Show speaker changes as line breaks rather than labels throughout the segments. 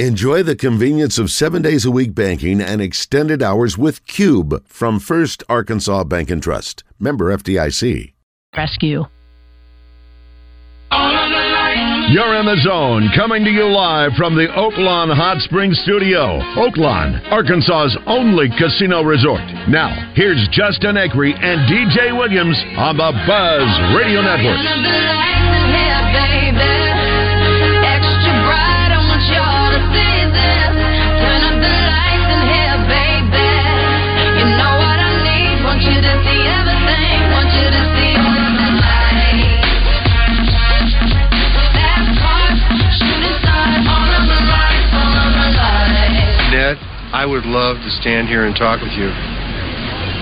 Enjoy the convenience of seven days a week banking and extended hours with Cube from First Arkansas Bank and Trust. Member FDIC.
rescue.
You're in the zone, coming to you live from the Oaklawn Hot Springs studio. Oaklawn, Arkansas's only casino resort. Now, here's Justin Eckery and DJ Williams on the Buzz Radio Network.
Dad, I would love to stand here and talk with you,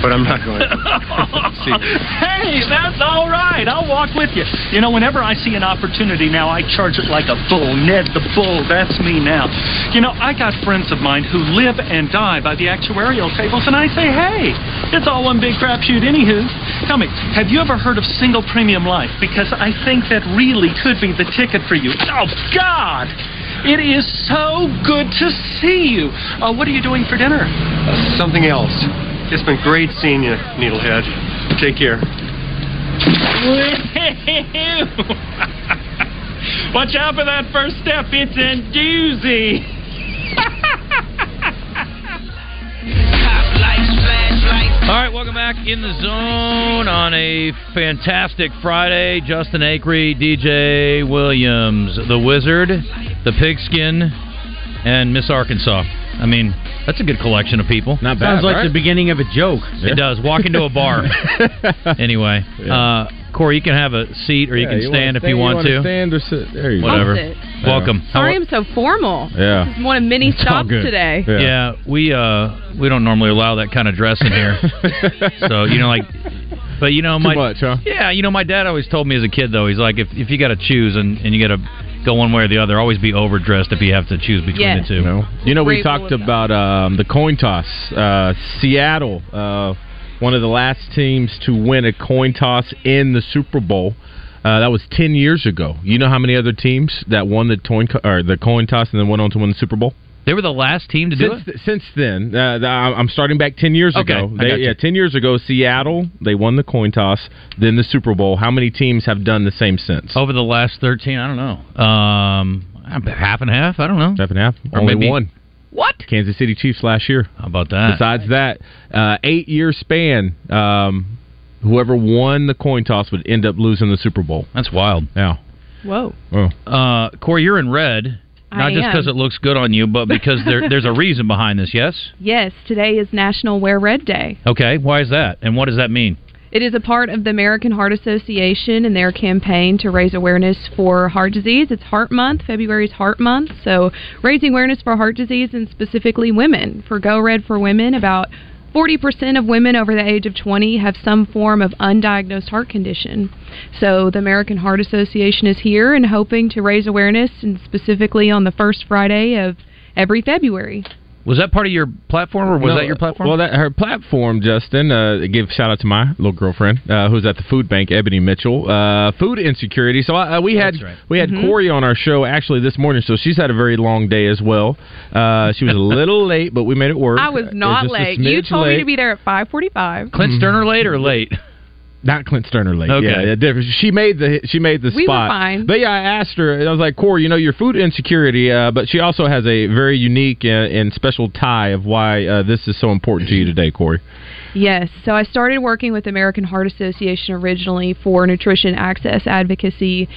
but I'm not going to.
Hey, that's all right. I'll walk with you. You know, whenever I see an opportunity now, I charge it like a bull. Ned the bull, that's me now. You know, I got friends of mine who live and die by the actuarial tables, and I say, hey, it's all one big crapshoot, anywho. Tell me, have you ever heard of single premium life? Because I think that really could be the ticket for you. Oh, God! It is so good to see you. Uh, what are you doing for dinner?
Something else. It's been great seeing you, Needlehead. Take care.
Watch out for that first step. It's a doozy.
All right, welcome back in the zone on a fantastic Friday. Justin Acree, DJ Williams, the Wizard, the Pigskin, and Miss Arkansas. I mean, that's a good collection of people. Not
Sounds like the beginning of a joke.
It does. Walk into a bar. anyway, uh, Corey, you can have a seat or you
Yeah,
can
wanna
stand if you want
wanna
to.
Stand or sit. There you
Whatever.
go.
Yeah. Welcome. How-
Sorry, I'm so formal.
Yeah.
This is one of many
It's all
stops
good.
today.
Yeah. we uh we don't normally allow that kind of dress in here. so you know, like, but you know,
Too
my
much, huh?
yeah, you know, my dad always told me as a kid though, he's like, if if you got to choose and and you got to go one way or the other, always be overdressed if you have to choose between
Yes.
the two.
You know?
You know, we
Grateful
talked
of that.
about um, the coin toss. Uh, Seattle, uh, one of the last teams to win a coin toss in the Super Bowl. Uh, that was ten years ago. You know how many other teams that won the coin or the coin toss and then went on to win the Super Bowl?
They were the last team to do
since, th- Since then, uh, th- I- I'm starting back ten years
Okay,
ago.
I
They-
got you.
yeah, ten years ago, Seattle they won the coin toss, then the Super Bowl. How many teams have done the same since?
Over the last thirteen, I don't know. Um, half and half. I don't know.
Half and half.
Or
Only
maybe-
one.
What?
Kansas City Chiefs last year.
How about that?
Besides that, uh, eight year span. Um, whoever won the coin toss would end up losing the Super Bowl.
That's wild.
Yeah.
Whoa.
Oh.
Uh, Corey, you're in red. Not
I
just because
am.
it looks good on you, but because there, there's a reason behind this. Yes.
Yes, today is National Wear Red Day.
Okay. Why is that? And what does that mean?
It is a part of the American Heart Association and their campaign to raise awareness for heart disease. It's Heart Month. February is Heart Month. So, raising awareness for heart disease and specifically women. For Go Red for Women, about 40% of women over the age of 20 have some form of undiagnosed heart condition. So, the American Heart Association is here and hoping to raise awareness, and specifically on the first Friday of every February.
Was that part of your platform, or was
No,
that your platform?
Well, that her platform, Justin. Uh, give shout out to my little girlfriend uh, who's at the food bank, Ebony Mitchell. Uh, food insecurity. So I, uh, we had
That's right.
we had
Mm-hmm.
Corey on our show actually this morning. So she's had a very long day as well. Uh, she was a little late, but we made it work.
I was
Uh,
not
just a
late. You
smidge
told me
late.
to be there at 5:45.
Clint Sterner late or late?
Mm-hmm. Not Clint Sterner late.
Okay.
Yeah, yeah, different. She made the she made the
We were
spot.
fine.
But yeah, I asked her. And I was like, Corey, you know your food insecurity, uh, but she also has a very unique and, and special tie of why uh, this is so important to you today, Corey.
Yes. So I started working with American Heart Association originally for nutrition access advocacy,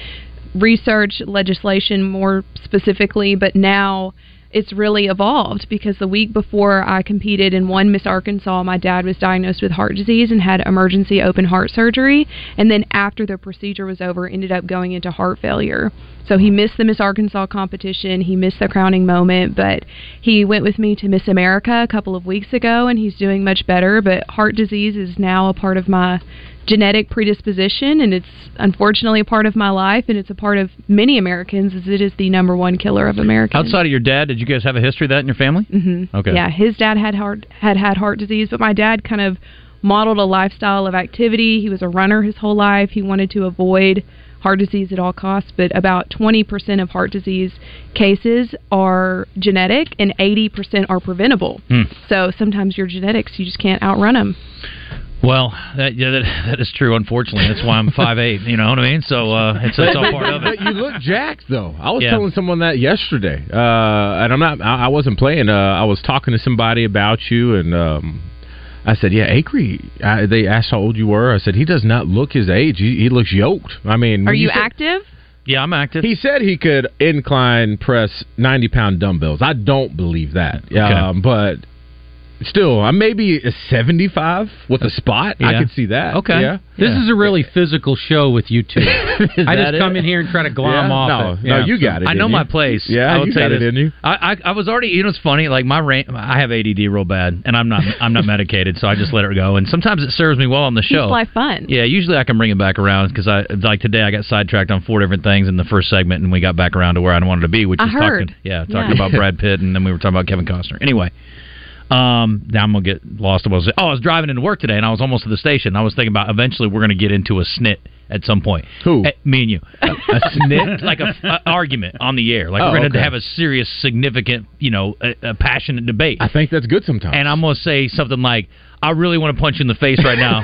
research, legislation more specifically, but now it's really evolved because the week before I competed in one Miss Arkansas, my dad was diagnosed with heart disease and had emergency open heart surgery. And then after the procedure was over, ended up going into heart failure. So he missed the Miss Arkansas competition. He missed the crowning moment, but he went with me to Miss America a couple of weeks ago, and he's doing much better. But heart disease is now a part of my genetic predisposition, and it's unfortunately a part of my life, and it's a part of many Americans, as it is the number one killer of Americans.
Outside of your dad, did you guys have a history of that in your family?
Mm-hmm.
Okay.
Yeah, his dad had heart had had heart disease, but my dad kind of modeled a lifestyle of activity. He was a runner his whole life. He wanted to avoid heart disease at all costs, but about 20% of heart disease cases are genetic and 80% are preventable.
Hmm.
So sometimes your genetics, you just can't outrun them.
Well, that, yeah, that, that is true. Unfortunately, that's why I'm five eight. You know what I mean? So uh, it's, it's all part of it.
But you look jacked though. I was
Yeah.
telling someone that yesterday, uh, and I'm not. I, I wasn't playing. Uh, I was talking to somebody about you, and um, I said, "Yeah, Acree." I, they asked how old you were. I said, "He does not look his age. He, he looks yoked." I mean,
Are
when
you
said-
active?
Yeah, I'm active.
He said he could incline press 90 pound dumbbells. I don't believe that. Um, but still, I maybe a 75 with a spot. I
Uh, Yeah.
could see that.
Okay.
Yeah.
This
Yeah.
is a really physical show with you two. I
that
just
it?
come in here and try to glom
Yeah?
off.
No,
it.
no, you got it,
I
didn't
know
you?
my place.
Yeah,
I will
you
tell
got
you
it,
this.
didn't you?
I, I I was already. You know, it's funny. Like my rank, I have ADD real bad, and I'm not I'm not medicated, so I just let it go. And sometimes it serves me well on the show.
People like fun.
Yeah, usually I can bring it back around because I like today I got sidetracked on four different things in the first segment, and we got back around to where I wanted to be, which
I
is
heard.
talking, yeah,
Yeah.
talking about Brad Pitt, and then we were talking about Kevin Costner. Anyway, um, now I'm gonna get lost. in what I was- Oh, I was driving into work today, and I was almost to the station. I was thinking about eventually we're gonna get into a snit at some point. Eh,
Who?
me and you.
A snit?
like a, a argument on the air. Like
Oh,
we're gonna
okay.
have a serious, significant, you know, a, a passionate debate.
I think that's good sometimes.
And I'm going to say something like, I really want to punch you in the face right now,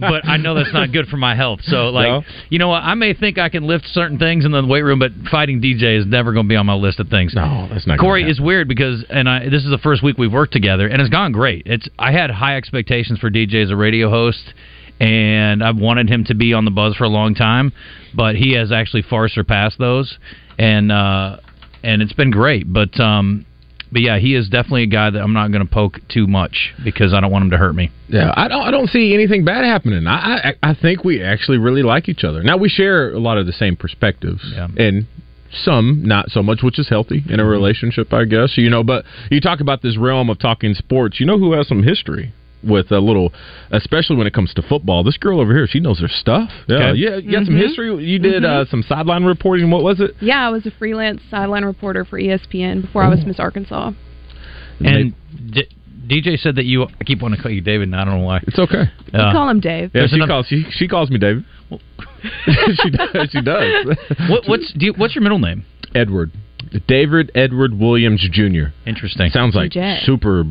but I know that's not good for my health. So, like,
No.
you know what? I may think I can lift certain things in the weight room, but fighting DJ is never going to be on my list of things. No,
that's not gonna
Corey is weird because, and I, this is the first week we've worked together, and it's gone great. It's I had high expectations for DJ as a radio host. And I've wanted him to be on the buzz for a long time, but he has actually far surpassed those, and uh, and it's been great. But um, but yeah, he is definitely a guy that I'm not going to poke too much because I don't want him to hurt me.
Yeah, I don't. I don't see anything bad happening. I, I I think we actually really like each other. Now we share a lot of the same perspectives, and some not so much, which is healthy in a relationship, I guess. You know, but you talk about this realm of talking sports. You know who has some history with a little, especially when it comes to football. This girl over here, she knows her stuff. Yeah,
Okay.
yeah. You got some
Mhm.
history. You did
Mhm.
uh, some sideline reporting. What was it?
Yeah, I was a freelance sideline reporter for E ESPN before I was Miss Arkansas.
And D- DJ said that you. I keep wanting to call you David, and I don't know why. Uh,
It's okay.
you call him Dave.
Yeah, she
another-
calls. She, she calls me David. she does. She does.
What, what's do you, what's your middle name?
Edward. David Edward Williams Jr.
Interesting.
Sounds like
Jet.
super.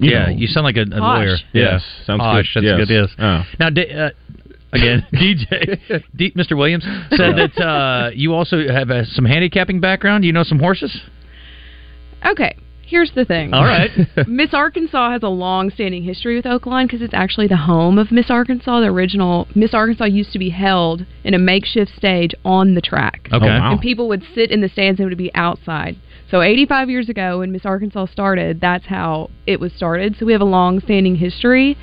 You
yeah,
know.
you sound like a, a
Posh.
lawyer.
Yes,
Yeah.
sounds
Posh,
good.
That's
Yes.
good.
Oh.
Yes. Now, D- uh, again, DJ, D- Mr. Williams said that uh, you also have uh, some handicapping background. You know some horses.
Okay, here's the thing.
All right.
Miss Arkansas has a long standing history with Oakline because it's actually the home of Miss Arkansas. The original Miss Arkansas used to be held in a makeshift stage on the track.
Okay. Oh, wow.
And people would sit in the stands and it would be outside. So 85 years ago when Miss Arkansas started, that's how it was started. So we have a long standing history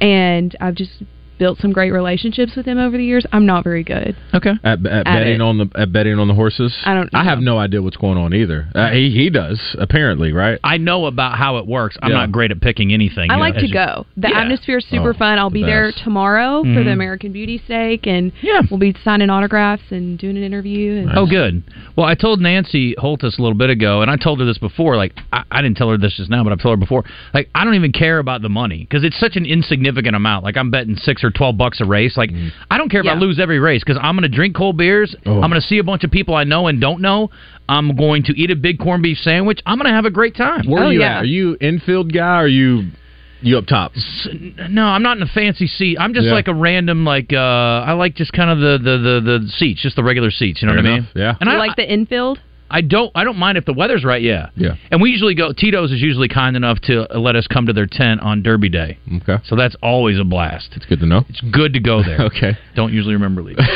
and I've just built some great relationships with them over the years. I'm not very good.
Okay.
At, at,
At
betting
it.
on the at betting on the horses.
I don't
I have no idea what's going on either. Uh, he he does apparently, right?
I know about how it works. I'm
Yeah.
not great at picking anything.
I
you know,
like to
as you-
go. The
Yeah.
atmosphere is super
Oh,
fun. I'll be
the
there
best.
tomorrow for the
Mhm.
American Beauty Stake, and we'll be signing autographs and doing an interview. And
Oh, good. Well, I told Nancy Holtis a little bit ago, and I told her this before. Like, I, I didn't tell her this just now, but I've told her before. Like, I don't even care about the money because it's such an insignificant amount. Like, I'm betting six or twelve bucks a race. Like,
Mm.
I don't care if I lose every race because I'm going to drink cold beers.
Oh.
I'm going to see a bunch of people I know and don't know. I'm going to eat a big corned beef sandwich. I'm going to have a great time.
Where are you at? Are you infield guy? Or are you you up top?
No, I'm not in a fancy seat. I'm just
Yeah.
like a random like uh I like just kind of the the the, the seats, just the regular seats, you know
Fair
what I mean?
enough, yeah.
And
you
I
like the infield?
I don't I don't mind if the weather's right, yeah.
Yeah.
And we usually go Tito's is usually kind enough to uh, let us come to their tent on Derby Day.
Okay.
So that's always a blast. It's
good to know.
It's good to go there.
okay.
Don't usually remember leaving.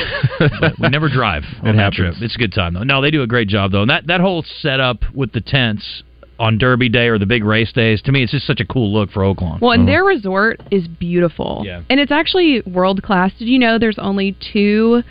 But we never drive on that trip. It's a good time though. No, they do a great job though. And that that whole setup with the tents on Derby Day or the big race days, to me it's just such a cool look for Oakland.
Well, and their resort is beautiful.
Mm-hmm. Yeah.
And it's actually world class. Did you know there's only two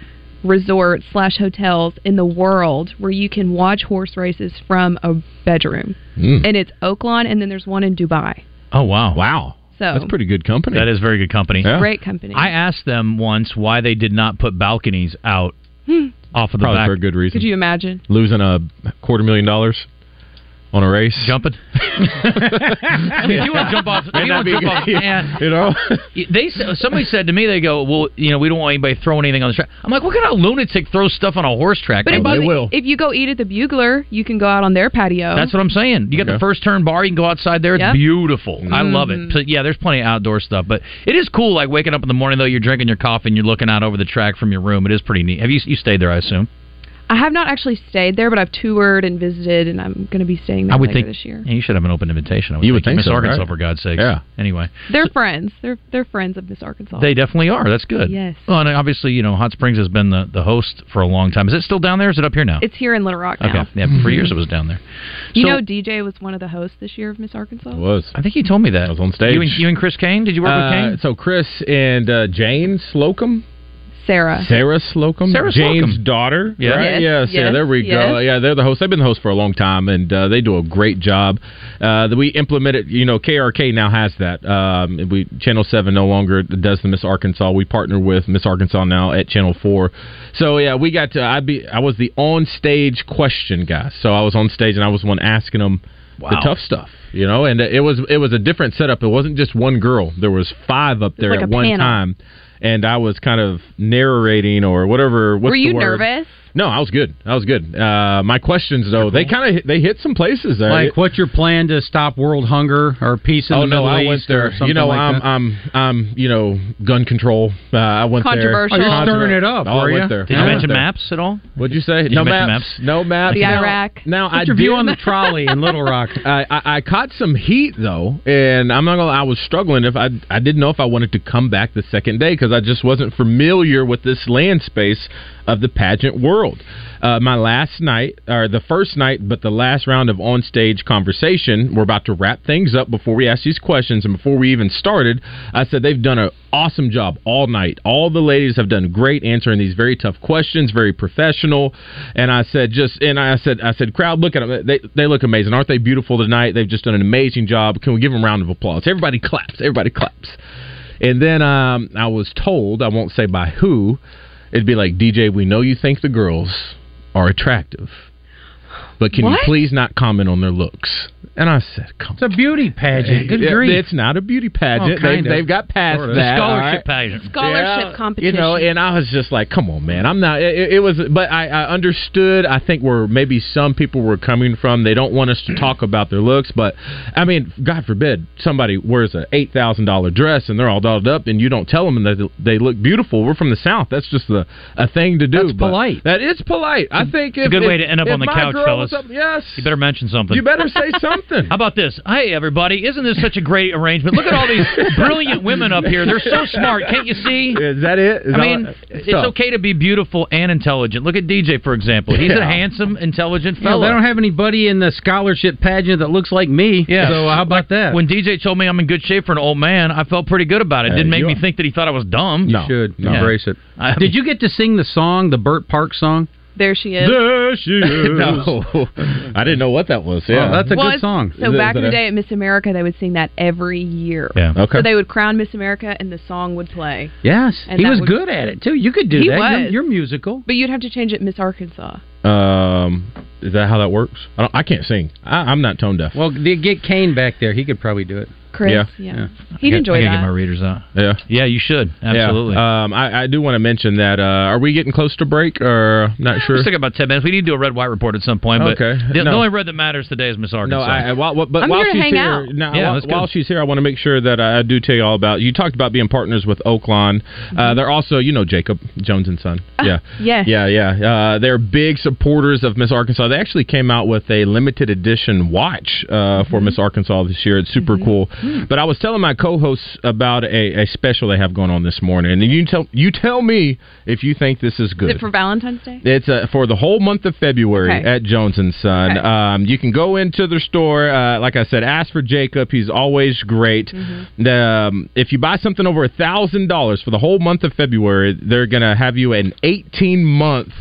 resorts slash hotels in the world where you can watch horse races from a bedroom?
Mm.
And it's Oaklawn, and then there's one in Dubai.
Oh wow.
Wow.
So
That's pretty good company.
That is very good company.
great company.
I asked them once why they did not put balconies out
Hmm.
off of the
Probably
back.
for a good reason.
Could you imagine?
Losing a quarter million dollars. on a race?
Jumping? I mean, if you want to jump off, if
May
you
not
want
be
to jump off,
good.
man.
You know?
They s- somebody said to me, they go, well, you know, we don't want anybody throwing anything on the track. I'm like, what kind of lunatic throws stuff on a horse track?
But if,
Nobody
you,
will.
if you go eat at the Bugler, you can go out on their patio.
oh. That's what I'm saying. You got the first turn bar. You can go outside there. It's
Yep.
beautiful. I love
Mm-hmm.
it. So, yeah, there's plenty of outdoor stuff, but it is cool. Like waking up in the morning though, you're drinking your coffee and you're looking out over the track from your room. It is pretty neat. Have you you stayed there? I assume.
I have not actually stayed there, but I've toured and visited, and I'm going to be staying there
I would
later
think
this year.
Yeah, you should have an open invitation. I would
You would think
Miss
so,
Arkansas
right?
for God's sake.
Yeah.
Anyway,
They're friends. They're they're friends of Miss Arkansas.
they definitely are. That's good.
Yes.
Well, and obviously, you know, Hot Springs has been the, the host for a long time. Is it still down there? Or is it up here now?
It's here in Little Rock now.
okay. Yeah.
Mm-hmm.
For years, it was down there.
You
So-
know, DJ was one of the hosts this year of Miss Arkansas.
It was.
I think you told me that.
I was on stage.
You and, you and Chris Kane. Did you work
Uh,
with Kane?
So Chris and uh, Jane Slocum,
Sarah.
Sarah Slocum,
Sarah
Jane's
Slocum.
daughter.
Yeah.
right?
Yes,
yeah, Sarah.
yes,
there we go.
yes.
Yeah, they're the hosts. They've been the hosts for a long time, and uh, they do a great job. Uh, that we implemented. You know, KRK now has that. Um, we Channel Seven no longer does the Miss Arkansas. We partner with Miss Arkansas now at Channel Four. So yeah, we got to. I be. I was the on stage question guy. So I was on stage and I was the one asking them the
Wow.
tough stuff. You know, and it was it was a different setup. It wasn't just one girl. There was five up there
like
at
a
one
panel.
time, and I was kind of narrating or whatever. What's
Were
the
you
word?
nervous?
No, I was good. I was good. Uh, my questions though, they kind of they hit some places there.
Like, what's your plan to stop world hunger or peace in
Oh
the
no!
Middle
I went
East or
there.
something
You know,
like
I'm,
that?
I'm, I'm, you know, gun control. Uh, I went
Controversial.
there.
Oh, you're
stirring it up,
Oh, I
were
went
ya?
there.
Did
I
you
went
mention
there.
maps at all?
What'd you say?
you
no
mention
maps.
maps?
No maps.
The
Now-
Iraq.
Now, I
What's your view
did-
on the trolley in Little Rock?
I, I, I caught some heat though, and I'm not gonna. I was struggling if I I didn't know if I wanted to come back the second day because I just wasn't familiar with this land space of the pageant world. Uh, my last night, or the first night, but the last round of on stage conversation, we're about to wrap things up before we ask these questions and before we even started. I said they've done an awesome job all night. All the ladies have done great answering these very tough questions, very professional. And I said just and I said I said crowd, look at them. They they look amazing. Aren't they beautiful tonight? They've just done an amazing job. Can we give them a round of applause? Everybody claps. Everybody claps. And then um, I was told, I won't say by who, it'd be like DJ, we know you think the girls are attractive. But can you
What?
please not comment on their looks? And I said, come
It's a beauty pageant. Good
yeah,
grief.
It's not a beauty pageant.
Oh,
they've,
kinda.
they've got past
Sorta.
that. all right?
Scholarship pageant.
Scholarship
Yeah,
competition.
You know, and I was just like, come on, man. I'm not. It, it was, but I, I understood. I think where maybe some people were coming from. They don't want us to talk about their looks, but I mean, God forbid somebody wears a eight thousand dollar dress and they're all dolled up, and you don't tell them that they look beautiful. We're from the South. That's just a, a thing to do.
That's
but
polite.
That is polite. I think
it's a
if-
good way
if-
to end up
if
on the
my
couch,
girl was
fellas.
up- yes.
You better mention something.
You better say something.
How about this? Hey, everybody! Isn't this such a great arrangement? Look at all these brilliant women up here. They're so smart. Can't you see?
Is that it? Is
I
all-
mean, it's
Stop.
okay to be beautiful and intelligent. Look at DJ, for example. He's a
Yeah.
handsome, intelligent
Yeah,
fellow.
they don't have anybody in the scholarship pageant that looks like me.
Yeah.
So uh, how about that?
when DJ told me I'm in good shape for an old man, I felt pretty good about it.
Hey,
Didn't make
you
me
are-
think that he thought I was dumb.
No.
should
No.
embrace it.
I-
Did you get to sing the song, the Burt Park song?
there she is.
There she is. no, I didn't know what that was. Yeah,
Oh, that's a
Well,
good
it's-
song.
So
Is it-
back
is
in
it
the
a-
day at Miss America, they would sing that every year.
Yeah.
okay.
So they would crown Miss America, and the song would play.
Yes,
And
he
that
was
would-
good at it too. You could do
He
that. You're-
was.
You're, musical.
But you'd have to change it, Miss Arkansas.
um, is that how that works? I, don't, I can't sing. I, I'm not tone deaf.
Well, they get Kane back there. He could probably do it.
Chris,
Yeah.
yeah, he'd
I
enjoy
gotta
that.
get my readers out.
Yeah,
Yeah, you should absolutely.
Yeah. Um, I, I do want to mention that. Uh, are we getting close to break? Or not sure.
We're still about ten minutes. We need to do a red white report at some point. But
Okay.
the, the
No.
only red that matters today is Miss Arkansas.
No, I, I, while, but
I'm
while
here to
she's
hang
here,
out.
no,
Yeah,
while,
that's good.
while she's here, I want to make sure that I, I do tell you all about. You talked about being partners with Oaklawn.
Mm-hmm.
Uh, they're also, you know, Jacob Jones and Son.
Ah.
yeah,
yes.
yeah, yeah. Uh, they're big supporters of Miss Arkansas. They actually came out with a limited edition watch uh, for Miss Arkansas this year. It's super cool. But I was telling my co-hosts about a, a special they have going on this morning, and you tell you tell me if you think this is good.
Is it for Valentine's Day?
It's uh, for the whole month of February
Okay.
at Jones and Son.
Okay.
Um, you can go into their store. Uh, like I said, ask for Jacob. He's always great.
Mm-hmm.
The, um, if you buy something over a thousand dollars for the whole month of February, they're going to have you an eighteen month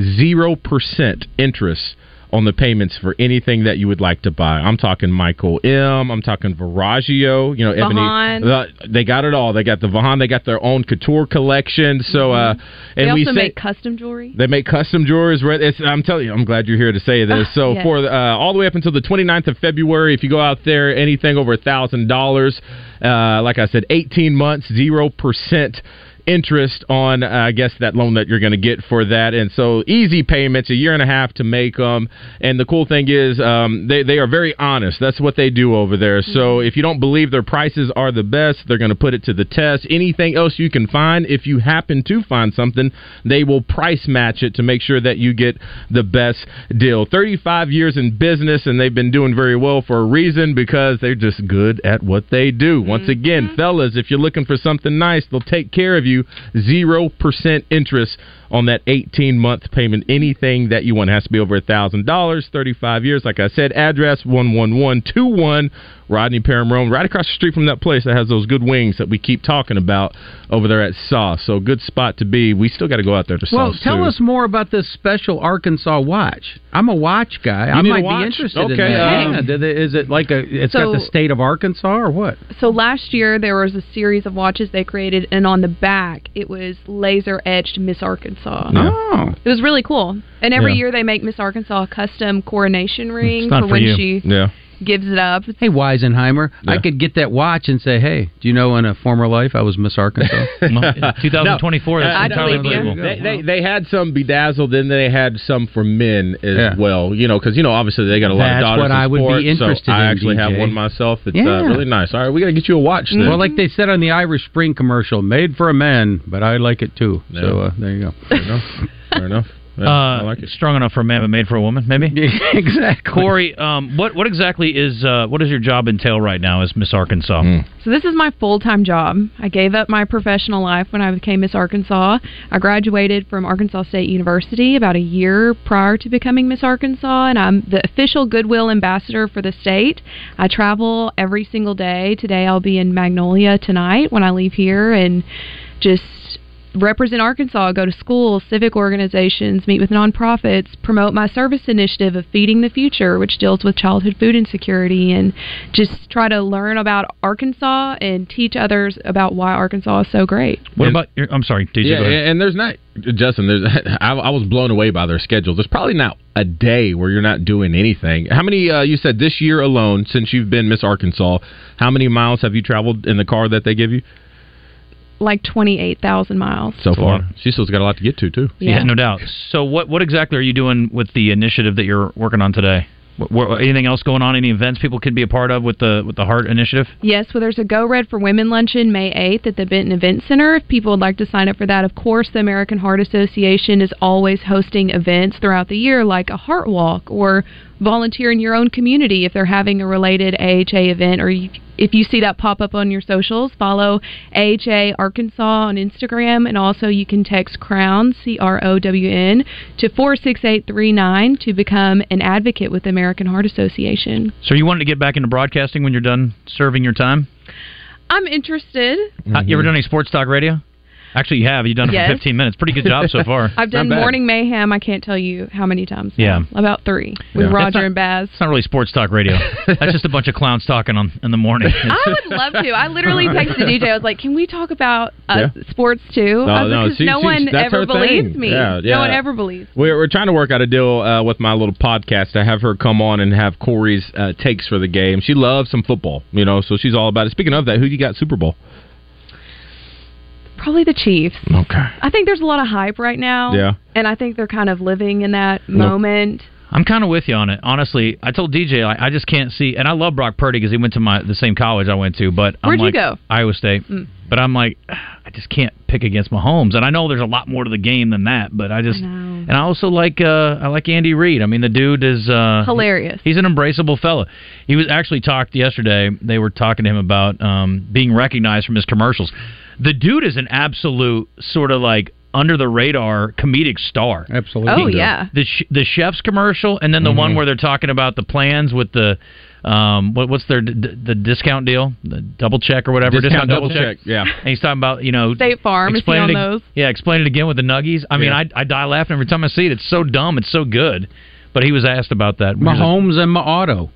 zero percent interest on the payments for anything that you would like to buy. I'm talking Michael M. I'm talking Viragio. You know,
Vahan.
Ebony. the- they got it all. They got the Vahan. They got their own couture collection. So, uh, and
Mm-hmm. they also
we say,
make custom jewelry.
they make custom drawers. Red, it's, I'm telling you, I'm glad you're here to say this. So
Yes.
for uh, all the way up until the 29th of February, if you go out there, anything over a thousand dollars, uh, like I said, 18 months, zero percent interest on, uh, I guess, that loan that you're going to get for that. And so easy payments, a year and a half to make them. And the cool thing is, um, they they are very honest. That's what they do over there. So if you don't believe their prices are the best, they're going to put it to the test. Anything else you can find, if you happen to find something, they will price match it to make sure that you get the best deal. 35 years in business, and they've been doing very well for a reason because they're just good at what they do. Once again, fellas, if you're looking for something nice, they'll take care of you. 0% interest on that 18 month payment. Anything that you want it has to be over $1,000, 35 years. Like I said, address 11121 Rodney Parham Rome, right across the street from that place that has those good wings that we keep talking about over there at Sauce. So, good spot to be. We still got to go out there to
Well,
Sauce.
tell
too.
us more about this special Arkansas watch. I'm a watch guy.
You
I
need a
might
watch?
be interested
Okay,
in that.
um,
Yeah, do they- Is it like a? It's
So-
got the state of Arkansas or what?
So last year there was a series of watches they created, and on the back it was laser etched Miss Arkansas.
Oh,
It was really cool. And every
Yeah.
year they make Miss Arkansas a custom coronation ring
not
for
for
when
you.
she
Yeah.
gives it up.
Hey, Weisenheimer, I
Yeah.
could get that watch and say, "Hey, do you know in a former life I was Miss Arkansas?"
2024, that's
I
entirely
believe you.
unbelievable.
They, they, they had some bedazzled, then they had some for men as well. You know, because you know, obviously they got a lot
That's
of daughters.
what
in
I would be
sports,
interested
so I
in,
actually have
DJ.
one myself. It's uh,
Yeah.
really nice. All right, we got to get you a watch.
Mm-hmm.
Then.
Well, like they said on the Irish Spring commercial, "Made for a man, but I like it too." So uh, there you go.
Fair enough. Fair enough.
Uh, Strong enough for a man, but made for a woman, maybe.
exactly.
Corey, um, what what exactly is uh, what does your job entail right now as Miss Arkansas?
Mm,
So this is my full-time job. I gave up my professional life when I became Miss Arkansas. I graduated from Arkansas State University about a year prior to becoming Miss Arkansas and I'm the official goodwill ambassador for the state. I travel every single day. Today I'll be in Magnolia tonight when I leave here and just represent Arkansas, go to schools, civic organizations, meet with nonprofits, promote my service initiative of Feeding the Future, which deals with childhood food insecurity, and just try to learn about Arkansas and teach others about why Arkansas is so great.
What about your? I'm sorry, DJ.
yeah,
go ahead.
and and there's not Justin. There's I, I was blown away by their schedule. There's probably not a day where you're not doing anything. How many? Uh, you said this year alone, since you've been Miss Arkansas, how many miles have you traveled in the car that they give you
Like 28,000 miles.
so far? She still's got a lot to get to too.
Yeah.
no doubt. So, what what exactly are you doing with the initiative that you're working on today? What, what, anything else going on? Any events people could be a part of with the with the Heart Initiative?
Yes, well, there's a Go Red for Women luncheon May 8th at the Benton Event Center. If people would like to sign up for that, of course, the American Heart Association is always hosting events throughout the year, like a heart walk or volunteer in your own community if they're having a related AHA event, or you, if you see that pop up on your socials, follow AHA Arkansas on Instagram, and also you can text CROWN, C R O W N, to 46839 to become an advocate with the American Heart Association.
So, you wanted to get back into broadcasting when you're done serving your time?
I'm interested.
Uh,
Mm-hmm.
you ever done any sports talk radio? Actually, you have. You've done it
Yes.
for 15 minutes. Pretty good job so far.
I've done Morning Mayhem. I can't tell you how many times. now.
Yeah.
about three
Yeah.
with
That's
Roger
not-
and Baz.
It's not really sports talk radio. That's just a bunch of clowns talking on in the morning.
I would love to. I literally texted DJ. I was like, "Can we talk about uh,
Yeah.
sports too?"
No,
I was
no,
like, 'Cause
she-
no
she-
one
that's
ever
her
believes
thing.
me.
Yeah, yeah.
No one ever believes.
We're, we're trying to work out a deal uh, with my little podcast to have her come on and have Corey's uh, takes for the game. She loves some football, you know, so she's all about it. Speaking of that, who you got Super Bowl?
Probably the Chiefs.
Okay.
I think there's a lot of hype right now.
Yeah.
And I think they're kind of living in that
No.
moment.
I'm kind of with you on it, honestly. I told DJ like, I just can't see, and I love Brock Purdy because he went to my the same college I went to. But
Where'd
I'm
you
like,
go?
Iowa State.
Mm.
But I'm like, I just can't pick against Mahomes, and I know there's a lot more to the game than that. But I just, and I also like uh, I like Andy Reid. I mean, the dude is uh,
Hilarious.
He's an embraceable fella. He was actually talked yesterday. They were talking to him about um, being recognized from his commercials. The dude is an absolute sort of like under the radar comedic star.
Absolutely. Mm-hmm.
Oh, yeah.
The sh- the chef's commercial, and then the one where they're talking about the plans with the um what what's their d- d- the discount deal, the double check or whatever.
Discount Double Check, yeah.
And he's talking about you know
State Farm is he
explain
on
it ag-
those?
Yeah, explain it again with the nuggies. I mean, I I die laughing every time I see it. It's so dumb. It's so good. But he was asked about that. We were just-
Mahomes and my auto.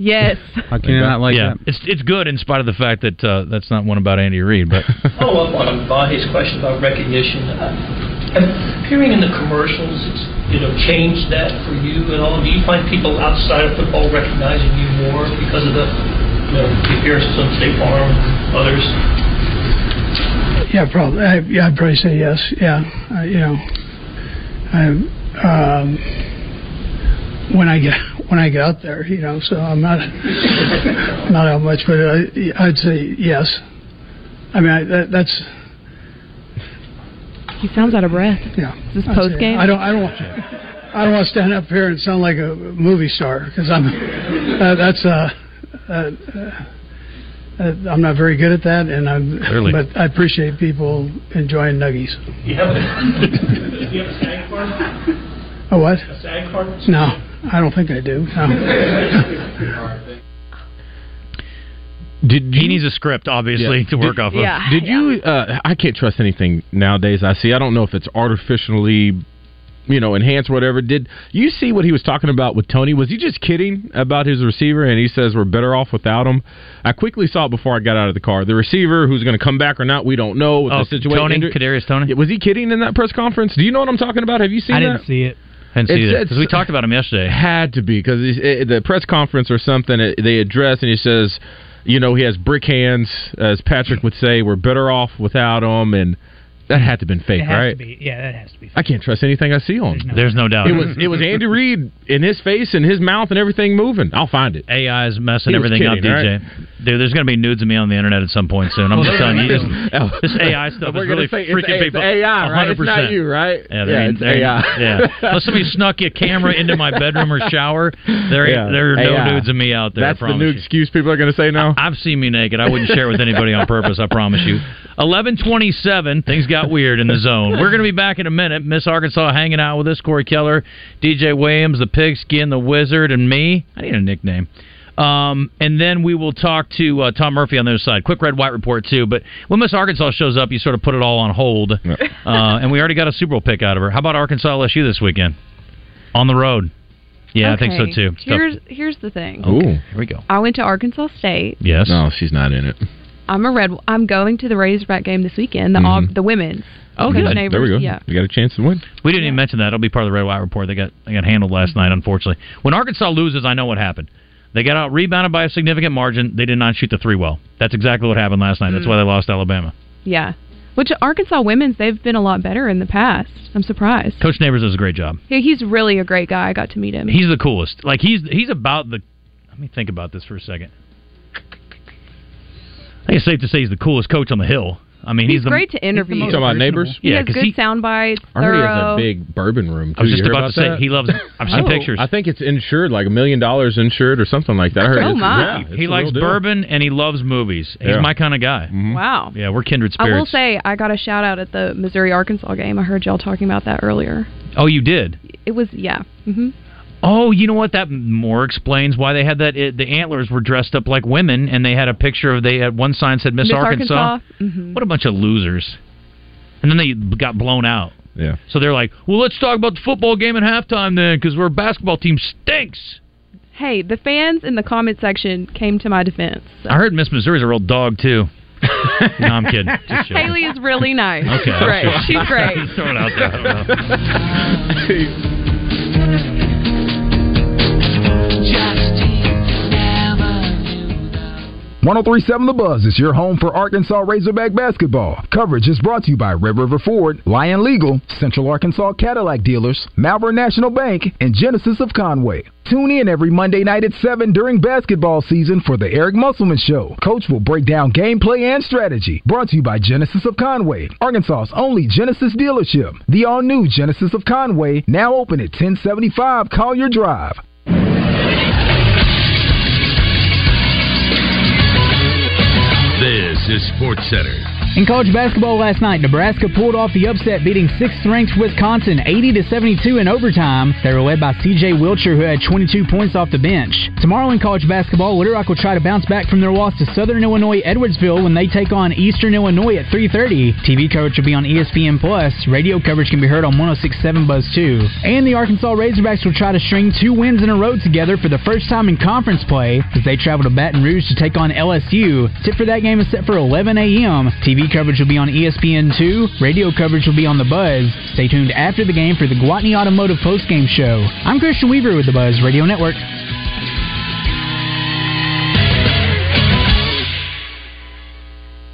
Yes.
I cannot like
yeah.
that.
It's it's good in spite of the fact that uh, that's not one about Andy Reid, but
Follow up on Bonnie's question about recognition. Uh, Appearing in the commercials, it's, you know, changed that for you and all. Do you find people outside of football recognizing you more because of the, you know, the appearances on State Farm, others?
Yeah, probably. I, yeah, I'd probably say yes. Yeah, I, you know, I, um, when I get when I get out there, you know, so I'm not not out much, but I, I'd say yes. I mean, I, that, that's
He sounds out of breath.
Yeah.
Is this
I'd say-
post game?
I don't. I don't. I don't want to stand up here and sound like a movie star because I'm. Uh, that's uh, uh, uh, I'm not very good at that, and I'm.
Clearly.
But I appreciate people enjoying nuggies.
Do you have a, do you have a SAG card?
Oh what?
A SAG card?
No, I don't think I do. No.
Did
he needs a script obviously to work off of.
Did you? Uh, I can't trust anything nowadays. I see. I don't know if it's artificially, you know, enhanced or whatever. Did you see what he was talking about with Tony? Was he just kidding about his receiver? And he says we're better off without him. I quickly saw it before I got out of the car. The receiver, who's going to come back or not, we don't know. With
Oh,
the situation.
Tony? Kadarius Tony.
uh, Was he kidding in that press conference? Do you know what I'm talking about? Have you seen?
I
that?
didn't see it. And see
It's-
that because we
it's-
talked about him yesterday.
Had to be because the press conference or something it, they address and he says, you know, he has brick hands, as Patrick would say. We're better off without him, and that had to have been fake,
It has
right?
to be. Yeah, that has to be.
I can't trust anything I see on.
There's no doubt.
It was it was Andy Reid in his face and his mouth and everything moving. I'll find it.
AI's messing
He was
everything
kidding,
up, DJ. Dude, there's going to be nudes of me on the internet at some point soon. I'm
Well,
just telling you,
there's-
this, this AI stuff
We're
is
gonna
really
say it's
freaking
a- it's
people.
AI, right? It's
100%.
not you, right?
Yeah,
Yeah,
they're,
it's
they're,
AI.
yeah. Unless somebody snuck your camera into my bedroom or shower, there,
Yeah,
there are no
AI.
nudes of me out there.
That's
I
the
promise
new
you.
excuse people are going to say now.
I've seen me naked. I wouldn't share with anybody on purpose. I promise you. Eleven twenty-seven. Things got weird in the zone. We're going to be back in a minute. Miss Arkansas hanging out with us. Corey Keller, DJ Williams, the Pigskin, the Wizard, and me. I need a nickname. Um, and then we will talk to uh, Tom Murphy on the other side. Quick red white report too. But when Miss Arkansas shows up, you sort of put it all on hold. Uh, and we already got a Super Bowl pick out of her. How about Arkansas LSU this weekend on the road? Yeah, I think
Okay.
so too. Stuff-
Here's here's the thing.
here we go.
I went to Arkansas State.
Yes.
No, she's not in it.
I'm a red. I'm going to the Razorback game this weekend. The
Mhm.
Mm-hmm.
Aug- the women's.
Oh,
Against Oh, neighbors.
There we go.
Yeah.
We got a chance to win.
We didn't even mention that. It'll be part of the Red White Report. They got they got handled last night, unfortunately. When Arkansas loses, I know what happened. They got out rebounded by a significant margin. They did not shoot the three well. That's exactly what happened last night. That's why they lost to Alabama.
Yeah. Which Arkansas women's they've been a lot better in the past. I'm surprised.
Coach Neighbors does a great job.
He- He's really a great guy. I got to meet him.
He's the coolest. Like he's he's about the. Let me think about this for a second. I think it's safe to say he's the coolest coach on the hill. I mean, he's,
He's
the,
great to interview.
most
You talking about
personable.
Neighbors?
He
Yeah,
has
because
good
he.
sound bites.
I heard he has
thorough.
a big bourbon room.
I was
too. You
just
hear
about to say,
that?
he loves- I've seen
Oh,
pictures.
I think it's insured, like a million dollars insured or something like that. I heard.
Oh,
it's-
my.
yeah, it's
he
a
likes
real deal.
bourbon and he loves movies. He's
Yeah. Mm-hmm.
my kind of guy.
Wow.
Yeah, we're kindred
I
spirits.
will say I got a shout out at the Missouri Arkansas game. I heard y'all talking about that earlier.
oh, you did.
It was yeah. hmm
Oh, you know what? That more explains why they had that. It, the antlers were dressed up like women, and they had a picture of they had one sign said Miss, Arkansas. Mm-hmm.
Mhm.
What a bunch of losers! And then they got blown out.
Yeah.
So they're like, "Well, let's talk about the football game at halftime then, because our basketball team stinks."
Hey, the fans in the comment section came to my defense.
I heard Miss Missouri's a real dog too. no, I'm kidding. Just joking.
Haley is really nice.
Okay.
She's great. She's great.
Just throwing out there. I don't know.
Just
1037 The Buzz is your home for Arkansas Razorback basketball. Coverage is brought to you by Red River Ford, Lion Legal, Central Arkansas Cadillac Dealers, Malvern National Bank, and Genesis of Conway. Tune in every Monday night at 7 during basketball season for the Eric Musselman Show. Coach will break down gameplay and strategy. Brought to you by Genesis of Conway, Arkansas's only Genesis dealership. The all new Genesis of Conway, now open at 1075 Collier Drive.
This is SportsCenter.
In college basketball last night, Nebraska pulled off the upset, beating sixth-ranked Wisconsin 80 to 72 in overtime. They were led by C.J. Wilcher, who had 22 points off the bench. Tomorrow in college basketball, Little Rock will try to bounce back from their loss to Southern Illinois Edwardsville when they take on Eastern Illinois at 3:30. TV coverage will be on E ESPN Plus. Radio coverage can be heard on 106.7 Buzz 2. And the Arkansas Razorbacks will try to string two wins in a row together for the first time in conference play as they travel to Baton Rouge to take on LSU. Tip for that game is set for 11 a.m. TV coverage will be on E ESPN2. Radio coverage will be on The Buzz. Stay tuned after the game for the Guatney Automotive postgame show. I'm Christian Weaver with The Buzz Radio Network.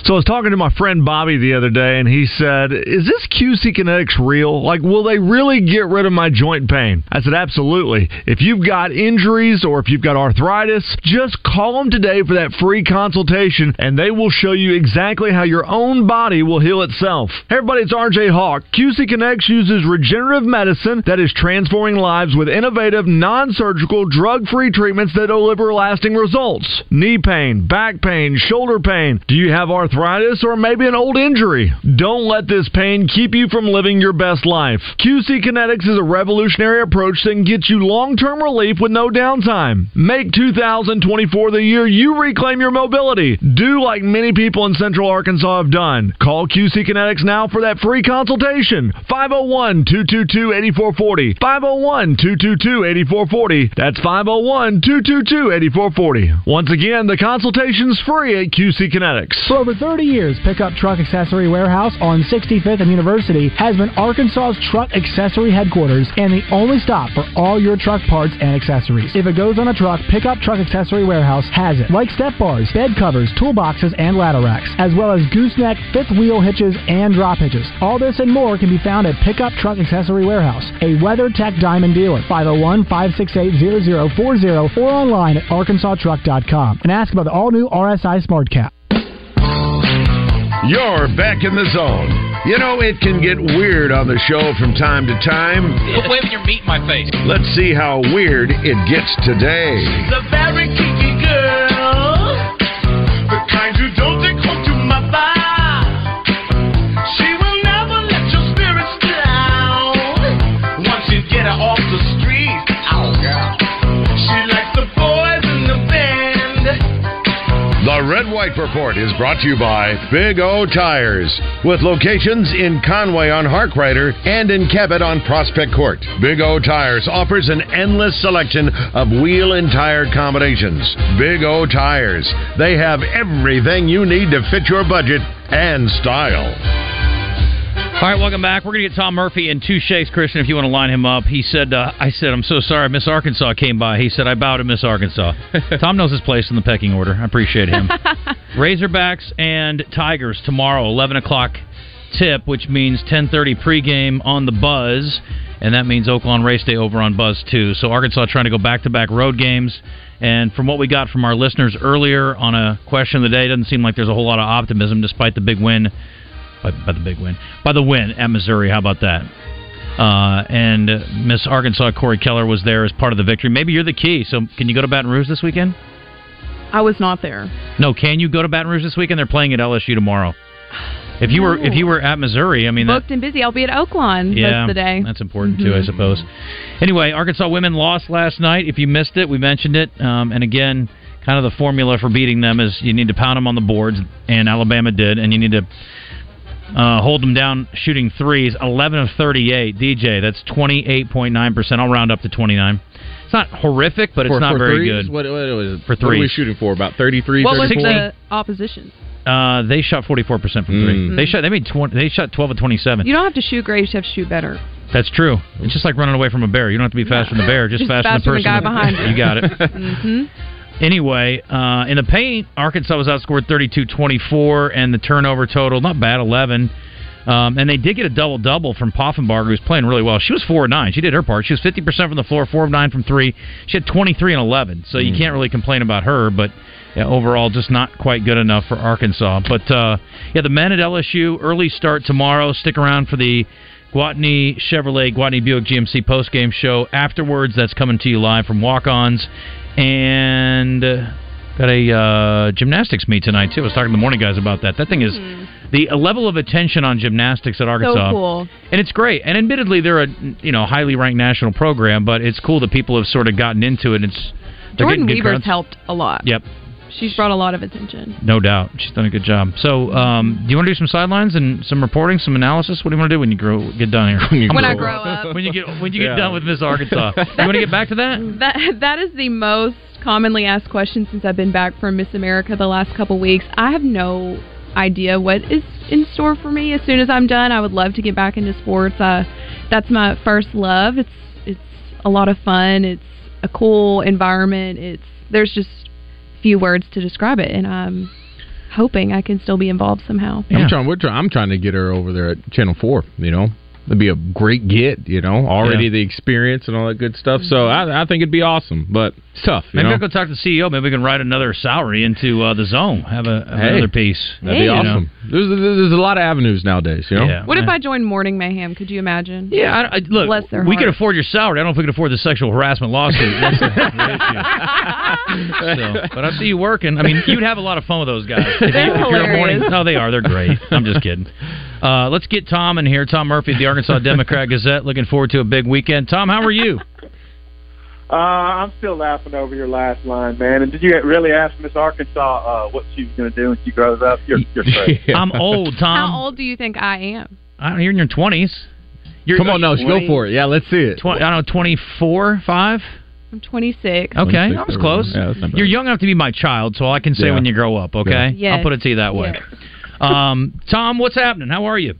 So I was talking to my friend Bobby the other day, and he said, "Is this QC Kinetics real? Like, will they really get rid of my joint pain?" I said, "Absolutely. If you've got injuries or if you've got arthritis, just call them today for that free consultation, and they will show you exactly how your own body will heal itself." Hey everybody, it's RJ Hawk. QC Kinetics uses regenerative medicine that is transforming lives with innovative, non-surgical, drug-free treatments that deliver lasting results. Knee pain, back pain, shoulder pain. Do you have arthritis? arthritis or maybe an old injury. Don't let this pain keep you from living your best life. QC Kinetics is a revolutionary approach that can get you long-term relief with no downtime. Make 2024 the year you reclaim your mobility. Do like many people in Central Arkansas have done. Call QC Kinetics now for that free consultation. 501-222-8440. 501-222-8440. oh. That's 501-222-8440. oh. Once again, the consultation's free at QC Kinetics.
For over 30 years, Pickup Truck Accessory Warehouse on 65th and University has been Arkansas's truck accessory headquarters and the only stop for all your truck parts and accessories. If it goes on a truck, Pickup Truck Accessory Warehouse has it, like step bars, bed covers, toolboxes, and ladder racks, as well as gooseneck, fifth wheel hitches, and drop hitches. All this and more can be found at Pickup Truck Accessory Warehouse, a WeatherTech Diamond dealer, 501-568-0040 or online at arkansastruck.com and ask about the all-new RSI Smart Cap.
You're back in the zone. You know, it can get weird on the show from time to time.
Quit waving your meat in my face.
Let's see how weird it gets today.
The very kinky girl, the kind who don't take home to my bar. She will never let your spirits down. Once you get her off the street, oh girl, she likes the boys in the band.
The Red White Report is brought to you by Big O Tires, with locations in Conway on Harkrider and in Cabot on Prospect Court. Big O Tires offers an endless selection of wheel and tire combinations. Big O Tires, they have everything you need to fit your budget and style.
All right, welcome back. We're going to get Tom Murphy and two shakes, Christian, if you want to line him up. He said, uh, I said, I'm so sorry. Miss Arkansas came by. He said, I bow to Miss Arkansas. Tom knows his place in the pecking order. I appreciate him. Razorbacks and Tigers tomorrow, 11 o'clock tip, which means 10.30 pregame on the Buzz. And that means Oakland Race Day over on Buzz, too. So Arkansas trying to go back-to-back road games. And from what we got from our listeners earlier on a question of the day, it doesn't seem like there's a whole lot of optimism despite the big win by, by the big win, by the win at Missouri. How about that? Uh, and uh, Miss Arkansas Corey Keller was there as part of the victory. Maybe you're the key. So can you go to Baton Rouge this weekend?
I was not there.
No, can you go to Baton Rouge this weekend? They're playing at LSU tomorrow. If you were if you were at Missouri, I mean, that,
Booked and Mm-hmm. busy. I'll be at Oakland
yeah,
most of the day.
that's important too, I suppose. Anyway, Arkansas women lost last night. If you missed it, we mentioned it. Um, and again, kind of the formula for beating them is you need to pound them on the boards, and Alabama did, and you need to uh, hold them down shooting threes. 11 of 38. DJ, that's 28.9%. I'll round up to 29. It's not horrific, but it's
For-
not
for
very
threes?
good.
What, what was
For
What are we
threes.
shooting for? About 33,
what was
34?
the opposition?
Uh, they shot 44% from three.
Mm.
They shot they made 20, they shot 12 of 27.
You don't have to shoot great; you just have to shoot better.
That's true. It's just like running away from a bear. You don't have to be faster than the bear, just,
Just
faster than the
faster than
person.
the guy behind you.
you got it.
hmm
Anyway, uh, in the paint, Arkansas was outscored 32 24, and the turnover total, not bad, 11. Um, and they did get a double double from Poffenbarger, who's playing really well. She was 4 of 9. She did her part. She was 50% from the floor, 4 of 9 from 3. She had 23 and 11, so you can't really complain about her, but yeah, overall, just not quite good enough for Arkansas. But uh, yeah, the men at LSU, early start tomorrow. Stick around for the Guatney Chevrolet, Guatney Buick GMC postgame show. Afterwards, that's coming to you live from Walk Ons. And uh, got a uh, gymnastics meet tonight, too. I was talking to the morning guys about that. That thing is the level of attention on gymnastics at Arkansas.
Hmm. cool.
And it's great. And admittedly, they're a you know highly ranked national program, but it's cool that people have sort of gotten into it. And it's they're
Jordan
getting good
Weaver's
grounds.
helped a lot.
Yep,
She's brought a lot of attention.
no doubt. She's done a good job. So, um, do you want to do some sidelines and some reporting, some analysis? What do you want to do when you grow get done here?
When I grow up.
When you get when you get
Yeah.
done with Miss Arkansas, you want to get back to that?
That that is the most commonly asked question since I've been back from Miss America the last couple weeks. I have no idea what is in store for me as soon as I'm done. I would love to get back into sports. Uh, that's my first love. It's it's a lot of fun. It's a cool environment. It's there's just few words to describe it, and I'm hoping I can still be involved somehow.
I'm trying. We're trying. I'm trying to get her over there at Channel Four. You know, it'd be a great get. You know, already
Yeah.
the experience and all that good stuff. So I, I think it'd be awesome, but it's tough. You
Maybe
know?
I'll go talk to the CEO. Maybe we can write another salary into uh, the zone. Have a have
Hey,
another piece.
That'd be
You know?
awesome. There's, there's there's a lot of avenues nowadays. You know.
Yeah.
What if I joined Morning Mayhem? Could you imagine?
Yeah, I, I, look,
Bless their
we
heart.
could afford your salary. I don't know if we could afford the sexual harassment lawsuit. That's the, the issue. So, but I see you working. I mean, you'd have a lot of fun with those guys. If
They're
you- if you're a morning-
hilarious.
no, they are. They're great. I'm just kidding. Uh, let's get Tom in here. Tom Murphy, the Arkansas Democrat Gazette. Looking forward to a big weekend. Tom, how are you?
Uh, I'm still laughing over your last line, man. And did you really ask Miss Arkansas uh, what she was going to do when she grows up? You're, you're crazy.
I'm old, Tom.
How old do you think I am?
I don't, you're in your 20s. You're,
Come on, no, go for it. Yeah, let's see it.
20, I don't know, 24, 5?
I'm 26.
Okay, I was close. You're young enough to be my child, so I can say
Yeah.
when you grow up. Okay,
Yeah.
I'll put it to you that way. Um, Tom, what's happening? How are you?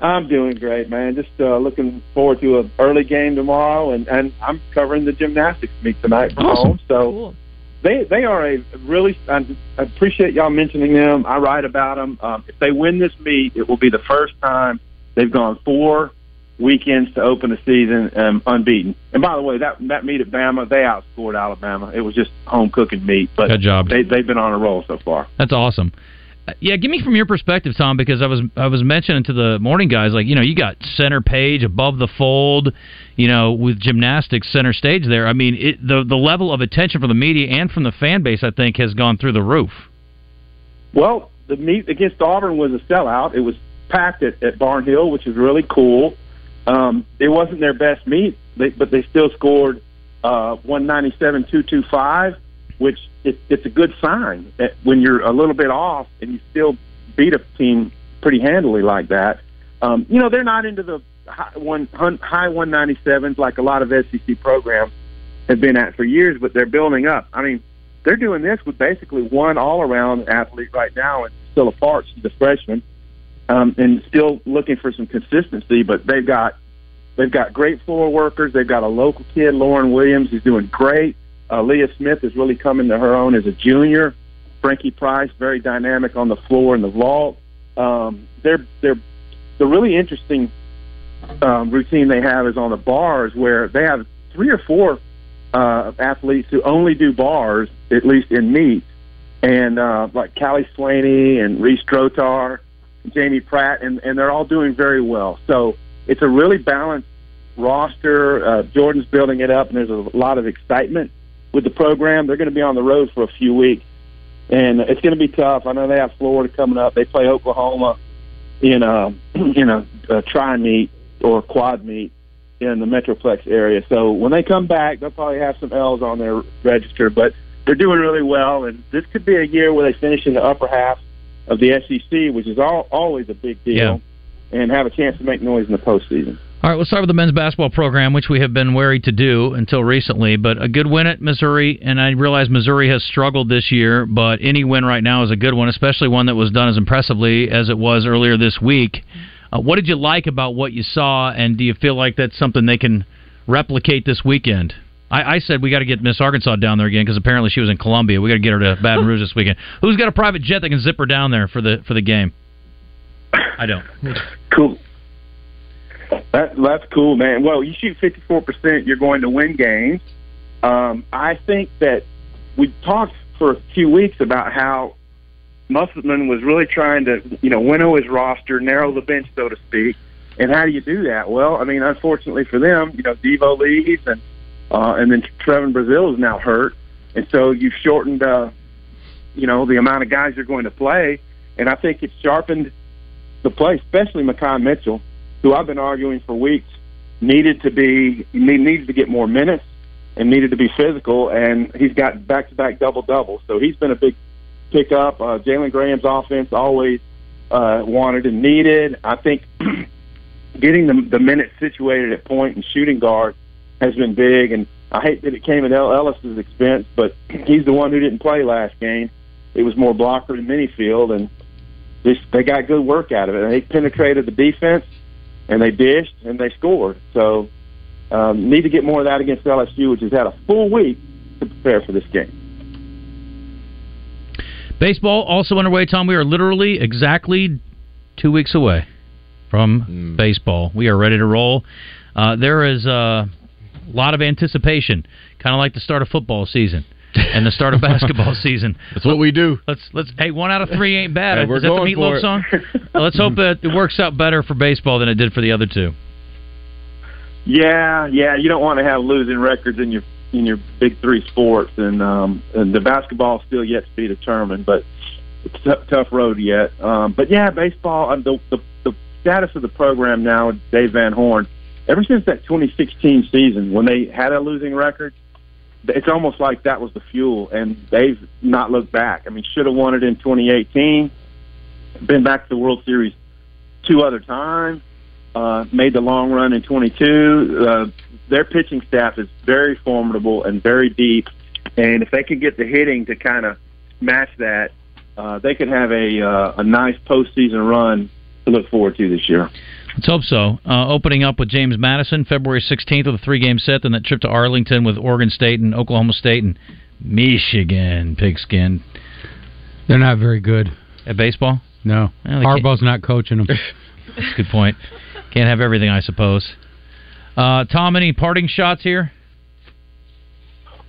I'm doing great, man. Just uh, looking forward to an early game tomorrow, and, and I'm covering the gymnastics meet tonight from home. So they they are a really. I I appreciate y'all mentioning them. I write about them. Um, if they win this meet, it will be the first time they've gone four weekends to open the season um, unbeaten. And by the way, that that meet at Bama, they outscored Alabama. It was just home cooking meet, but
Good job.
They they've been on a roll so far.
That's awesome. Uh, Yeah, give me from your perspective, Tom, because I was I was mentioning to the morning guys, like you know, you got center page above the fold, you know, with gymnastics center stage there. I mean, it, the the level of attention from the media and from the fan base, I think, has gone through the roof.
Well, the meet against Auburn was a sellout. It was packed at, at Barnhill, which is really cool. Um, it wasn't their best meet, they, but they still scored uh, 197 225, which it, it's a good sign that when you're a little bit off and you still beat a team pretty handily like that. Um, you know, they're not into the high, one, hun, high 197s like a lot of SEC programs have been at for years, but they're building up. I mean, they're doing this with basically one all around athlete right now, and still a part. She's a freshman, um, and still looking for some consistency. But they've got they've got great floor workers. They've got a local kid, Lauren Williams, who's doing great. Uh, Leah Smith is really coming to her own as a junior. Frankie Price, very dynamic on the floor and the vault. Um, they're they're the really interesting um, routine they have is on the bars where they have three or four uh, athletes who only do bars, at least in meet, and uh, like Callie Slaney and Reese Drotar, Jamie Pratt, and, and they're all doing very well. So it's a really balanced roster. Uh, Jordan's building it up, and there's a lot of excitement with the program. They're going to be on the road for a few weeks, and it's going to be tough. I know they have Florida coming up. They play Oklahoma in uh, a in a, a tri uh, meet or quad meet in the Metroplex area. So when they come back, they'll probably have some L's on their register, but they're doing really well. And this could be a year where they finish in the upper half of the SEC, which is all, always a big deal,
Yeah.
and have a chance to make noise in the postseason.
All right, let's start with the men's basketball program, which we have been wary to do until recently. But a good win at Missouri, and I realize Missouri has struggled this year, but any win right now is a good one, especially one that was done as impressively as it was earlier this week. Uh, what did you like about what you saw, and do you feel like that's something they can replicate this weekend? I, I said we got to get Miss Arkansas down there again because apparently she was in Columbia. We got to get her to Baton Rouge this weekend. Who's got a private jet that can zip her down there for the for the game? I don't.
Cool. That, that's cool, man. Well, you shoot 54%, you're going to win games. Um, I think that we talked for a few weeks about how Musselman was really trying to, you know, winnow his roster, narrow the bench, so to speak. And how do you do that? Well, I mean, unfortunately for them, you know, Devo leaves, and uh, and then Trevin Brazil is now hurt, and so you've shortened, uh, you know, the amount of guys you're going to play. and I think it sharpened the play, especially Makai Mitchell, who I've been arguing for weeks needed to be need, needed to get more minutes and needed to be physical, and he's got back to back double doubles, so he's been a big pickup. Uh, Jalen Graham's offense always uh, wanted and needed. I think getting the, the minutes situated at point and shooting guard has been big, and I hate that it came at L. Ellis's expense, but he's the one who didn't play last game. It was more blocker than minifield, and this, they got good work out of it. They penetrated the defense, and they dished, and they scored. So um, need to get more of that against LSU, which has had a full week to prepare for this game.
Baseball also underway, Tom. We are literally exactly two weeks away from
Hmm.
baseball. We are ready to roll. Uh, there is a lot of anticipation, kind of like the start of football season and the start of basketball season.
That's what we do.
Let's let's. Hey, one out of three ain't bad.
Hey,
Is
we're
that the
going for
meatloaf
it.
song? let's hope that it works out better for baseball than it did for the other two.
Yeah, yeah. You don't want to have losing records in your in your big three sports, and um, and the basketball still yet to be determined, but it's a tough, tough road yet. Um, but yeah, baseball. Um, the, the the status of the program now, Dave Van Horn. Ever since that 2016 season, when they had a losing record, it's almost like that was the fuel, and they've not looked back. I mean, should have won it in 2018. Been back to the World Series two other times uh, made the long run in 22. Uh, their pitching staff is very formidable and very deep, and if they could get the hitting to kind of match that, uh, they could have a uh, a nice postseason run to look forward to this year.
Let's hope so. Uh, opening up with James Madison February 16th with a three game set, then that trip to Arlington with Oregon State and Oklahoma State and Michigan Pigskin.
They're not very good
at baseball.
No,
Well, they can't-
Harbaugh's not coaching them.
That's a good point. Can't have everything, I suppose. Uh, Tom, any parting shots here?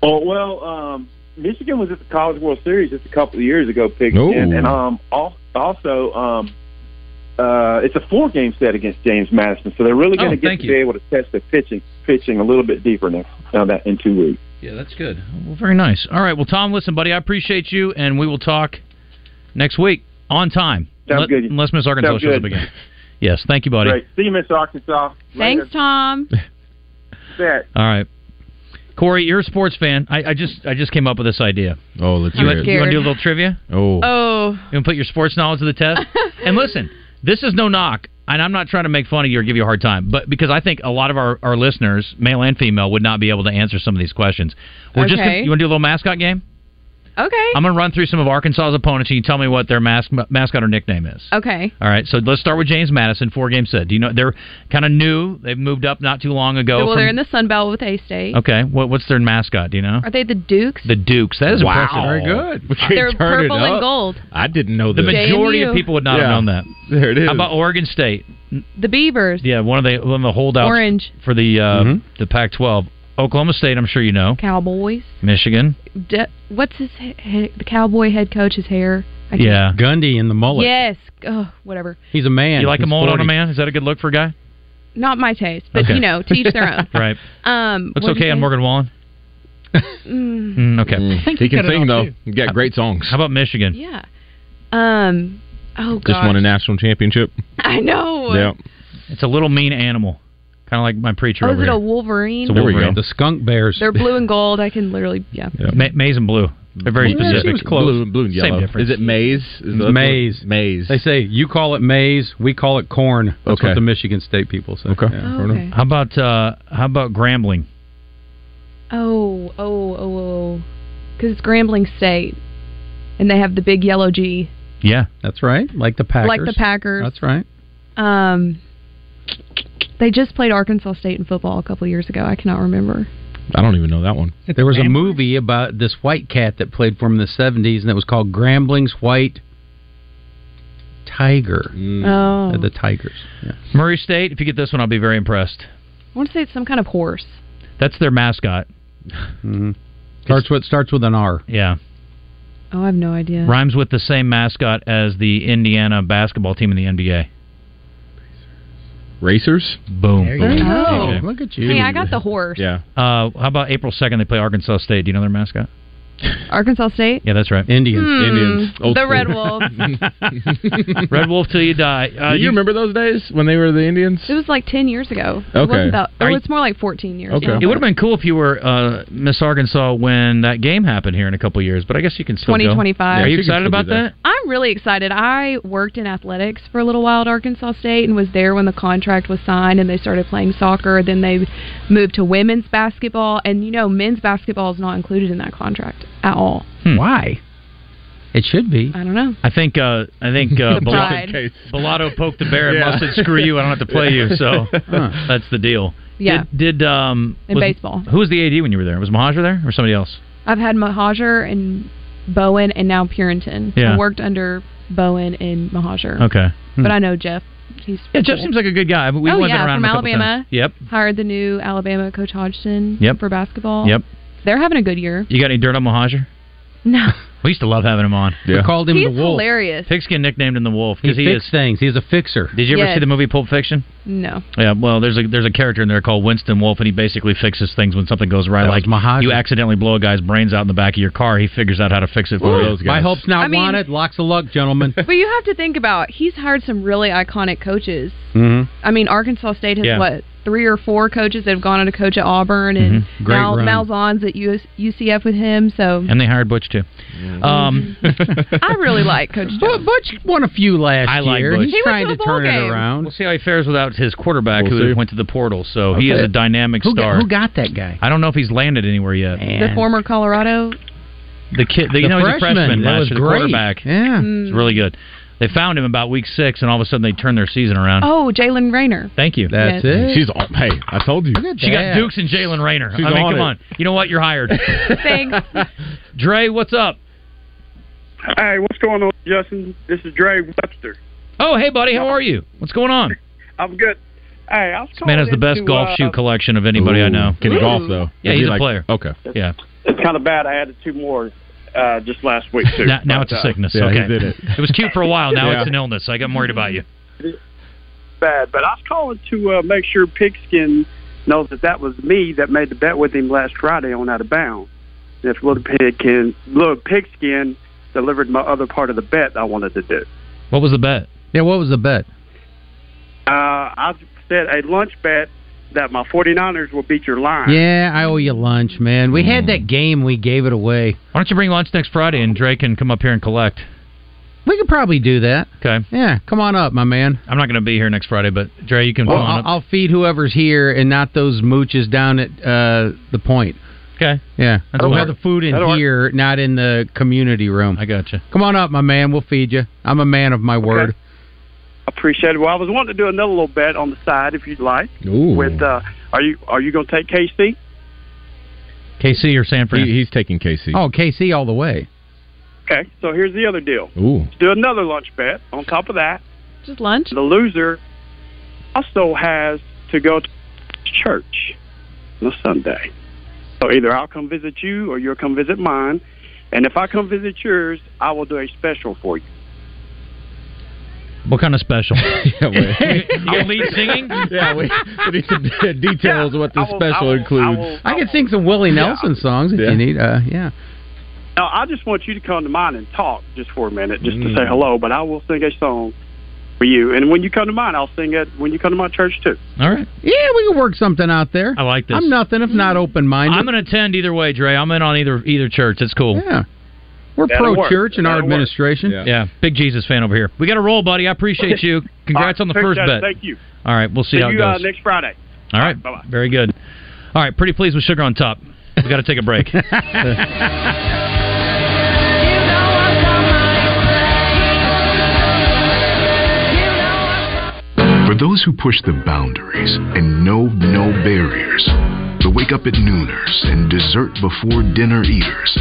Oh well, um, Michigan was at the College World Series just a couple of years ago,
Ooh.
Pigskin, and um, al- also um, uh, it's a four-game set against James Madison, so they're really going
Oh,
to get
thank
to be able to test the pitching pitching a little bit deeper next uh, that in two weeks.
Yeah, that's good. Well, very nice. All right. Well, Tom, listen, buddy, I appreciate you, and we will talk next week on time.
Sounds
Unle-
good.
Unless Miss Arkansas
Sounds
shows
good.
up again. Yes. Thank you, buddy.
Great. See you, Miss Arkansas.
Thanks, Tom.
Set.
All right. Corey, you're a sports fan. I, I just I just came up with this idea.
Oh, let's
you
hear
want,
it.
You want to do a little trivia?
Oh.
Oh,
You want to put your sports knowledge to the test? and listen, this is no knock, and I'm not trying to make fun of you or give you a hard time, but because I think a lot of our, our listeners, male and female, would not be able to answer some of these questions. We're just gonna,
Okay.
you want to do a little mascot game?
okay.
I'm going to run through some of Arkansas's opponents, and you tell me what their mas- mascot or nickname is.
Okay.
All right, so let's start with James Madison, four game set. Do you know they're kind of new? They've moved up not too long ago.
well,
from-
they're in the Sun Belt with A State.
okay, what, what's their mascot? Do you know?
Are they the Dukes?
The Dukes. That is
Wow.
impressive.
Very good. We can't
They're
turn it
purple and
up.
gold.
I didn't know
The
this.
majority of
JMU.
people would not
Yeah.
have known that.
There it is.
How about Oregon State?
The Beavers.
Yeah, one of the one of the holdouts
Orange.
for the uh,
Mm-hmm.
the Pac-12. Oklahoma State, I'm sure you know.
Cowboys.
Michigan.
De- what's his he- he- the cowboy head coach's hair? I can't-
Yeah,
Gundy and the mullet.
Yes. Oh, whatever.
He's a man.
You like a
He's
mullet on a
40.
man? Is that a good look for a
Um,
guy?
Not my taste, but
Okay.
you know, teach their own.
right.
Um,
Looks
what'd
okay
you
on
say?
Morgan Wallen.
Mm,
Mm, okay.
think He he can got it sing, all, though. too.
He got great songs.
How about Michigan?
yeah. Um. Oh
Just won
God.
a national championship.
I know.
It's a little mean animal, kind of like my preacher
Oh, is
over
it
here.
a Wolverine?
The
skunk bears.
They're blue and gold. I can literally, yeah.
Ma- maize and blue. They're very
Yeah, she
specific.
was close.
Blue, blue and
Same
yellow.
difference.
Is it maize? Is the-
Maize.
Maize.
They say you call it maize, we call it corn. That's
Okay.
what the Michigan State people say. Okay.
Okay.
How about uh, how about Grambling?
Oh, oh, oh, oh. Because it's Grambling State, and they have the big yellow G,
Yeah.
That's right. Like the Packers.
like the Packers.
That's right.
Um, they just played Arkansas State in football a couple years ago. I cannot remember.
I don't even know that one.
There was a movie about this white cat that played for him in the 70s, and it was called Grambling's White Tiger.
Mm.
Oh.
Uh, The Tigers. Yeah.
Murray State. If you get this one, I'll be very impressed.
I want to say it's some kind of horse.
That's their mascot.
Mm-hmm. Starts with starts with an R.
Yeah.
Oh, I have no idea.
Rhymes with the same mascot as the Indiana basketball team in the NBA.
Racers.
Boom.
There you go.
Okay.
Look at you. Hey, I got the horse.
Yeah.
Uh, how about April second? They play Arkansas State. Do you know their mascot?
Arkansas State.
Yeah, that's right.
Indians.
Hmm,
Indians.
the Red Wolves.
Red Wolf till you die. Uh,
Do you, remember those days when they were the Indians?
It was like ten years ago. It
Okay.
wasn't that, or
Are you-
it's more like fourteen years. ago.
It would have been cool if you were uh, Miss Arkansas when that game happened here in a couple years, but I guess you can still go.
2025.
Are you excited about that?
I'm really excited. I worked in athletics for a little while at Arkansas State and was there when the contract was signed and they started playing soccer. Then they moved to women's basketball, and you know, men's basketball is not included in that contract at all.
Hmm. Why?
It should be.
I don't know.
I think uh, I think uh,
The pride.
Bilato, Bilato poked the bear and
Yeah.
Must said, "Screw you! I don't have to play you." So
Huh.
that's the deal.
Yeah.
Did, did um
In
was-
baseball.
Who was the AD when you were there? Was Mahajer there or somebody else?
I've had Mahajer and Bowen, and now Purinton.
Yeah.
I worked under Bowen and Mahajer.
Okay. Hmm.
But I know Jeff. He's
Yeah, Jeff
cool.
seems like a good guy. but We've
Oh,
only
yeah,
been around
from
him a couple
Alabama.
times. Yep.
hired the new Alabama coach Hodgson
Yep.
for basketball.
Yep.
They're having a good year.
You got any dirt on Mahajer?
No.
We used to love having him on.
We called him
He's
the wolf.
hilarious.
Pigskin nicknamed him the Wolf
He,
because he,
fixes
is.
things. He's a fixer.
Did you ever
Yes.
see the movie Pulp Fiction?
No.
Yeah, well, there's a there's a character in there called Winston Wolf, and he basically fixes things when something goes right. Like you accidentally blow a guy's brains out in the back of your car, he figures out how to fix it for you.
My help's not
I mean-
wanted. Locks of luck, gentlemen.
But you have to think about he's hired some really iconic coaches.
mm-hmm.
I mean, Arkansas State has
Yeah.
what three or four coaches that have gone on to coach at Auburn, and
Mm-hmm.
Mhm. Great
now
run.
Malzahn's at US, UCF with him. So
And they hired Butch too.
Mm-hmm.
Um,
I really like Coach. Jones.
Butch won a few last
I like
year.
Butch.
He's
He went
trying
to
to
a bowl
turn
game.
it around.
We'll see how he fares without his quarterback who
see.
went to the portal. So he is
Okay.
a dynamic
Who got-
star.
who
got that guy?
I don't know if he's landed anywhere yet.
the former Colorado.
The kid, the, you
The
know, he's a
freshman.
freshman
That
last
was
year, the
great.
quarterback.
Yeah,
Mm.
it's really good. They found him about week six, and all of a sudden they turned their season around.
Oh, Jalen Rayner.
Thank you.
That's Yes. it.
She's
on. Hey, I told you.
She
that.
got Dukes and Jalen Rayner.
She's
I mean,
on
come
it.
on. You know what? You're hired.
Thanks.
Dre, what's up?
Hey, what's going on, Justin? This is Dre Webster.
Oh, hey, buddy. How are you? What's going on?
I'm good. Hey, I was
This man has the
calling
best
into,
golf
uh,
shoe collection of anybody I know.
Can he golf, though?
Yeah,
Is
he's
he
a
like-
player.
Okay.
Yeah.
It's kind of bad. I added two more uh, just last week too.
Now, now
But,
it's a
uh,
sickness.
Yeah, he
okay.
did it.
was cute for a while. Now
Yeah.
it's an illness. Like, I'm worried about you.
bad. But I was calling to uh, make sure Pigskin knows that that was me that made the bet with him last Friday on out of bounds. And if little Pigskin, little Pigskin delivered my other part of the bet I wanted to do.
What was the bet?
Yeah, what was the bet?
Uh, I said a lunch bet that my 49ers will beat your line.
Yeah, I owe you lunch, man. We
Mm.
had that game. We gave it away.
Why don't you bring lunch next Friday and Dre can come up here and collect?
We could probably do that.
Okay.
Yeah, come on up, my man.
I'm not going to be here next Friday, but Dre, you can
Well,
come on
I'll,
up.
I'll feed whoever's here and not those mooches down at uh, the point.
Okay.
Yeah.
That's
we'll
all
have the
right.
food in
That'll work.
here, not in the community room. I
got you.
Come on up, my man. We'll feed you. I'm a man of my word.
Appreciate it. Well, I was wanting to do another little bet on the side, if you'd like.
Ooh.
With uh, are you are you going to take KC?
KC or San Fran?
he's taking KC.
Oh, KC all the way.
Okay, so here's the other deal.
Ooh.
Let's do another lunch bet. On top of that,
just lunch.
The loser also has to go to church on a Sunday. So either I'll come visit you, or you'll come visit mine. And if I come visit yours, I will do a special for you.
What kind of special?
You'll
lead singing?
Yeah, we, we need some details of what this
I will-
special
I will- I
includes.
will-
I could sing some Willie
Yeah.
Nelson songs if
Yeah.
you need. Uh, yeah.
No, I just want you to come to mine and talk just for a minute, just to say
Mm.
hello. But I will sing a song for you, and when you come to mine, I'll sing it when you come to my church too.
All right.
Yeah, we can work something out there.
I like this.
I'm nothing if
Mm.
not open minded.
I'm going to attend either way, Dre. I'm in on either either church. It's cool.
Yeah. We're
That'll
pro
work.
church in our
That'll work.
administration.
Yeah. Big Jesus fan over here. We got to roll, buddy. I appreciate you. Congrats on the first bet.
Thank you.
All right. We'll see, how it
you
goes.
Uh, next Friday.
All right. Very good. All right. Pretty pleased with sugar on top. We got to take a break.
For those who push the boundaries and know no barriers, the wake up at nooners and dessert before dinner eaters,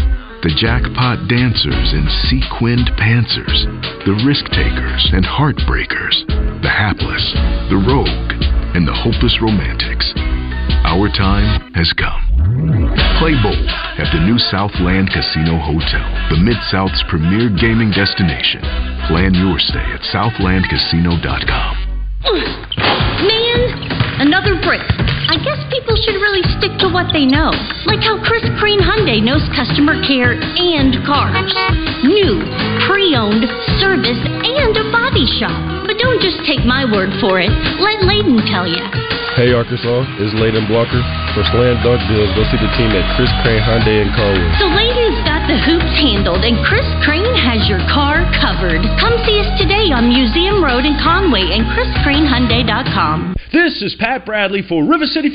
the jackpot dancers and sequined pantsers, the risk takers and heartbreakers, the hapless, the rogue, and the hopeless romantics. Our time has come. Play bold at the new Southland Casino Hotel, the Mid South's premier gaming destination. Plan your stay at southlandcasino.com.
Man, another brick. I guess people should really stick to what they know. Like how Chris Crean Hyundai knows customer care and cars. New, pre-owned, service, and a body shop. But don't just take my word for it. Let Layden tell you.
Hey Arkansas, it's Layden Blocker. For slam dunk deals, go see the team at Chris Crane Hyundai in Conway.
So Layden's got the hoops handled and Chris Crane has your car covered. Come see us today on Museum Road in Conway and chriscranehyundai.com.
This is Pat Bradley for River City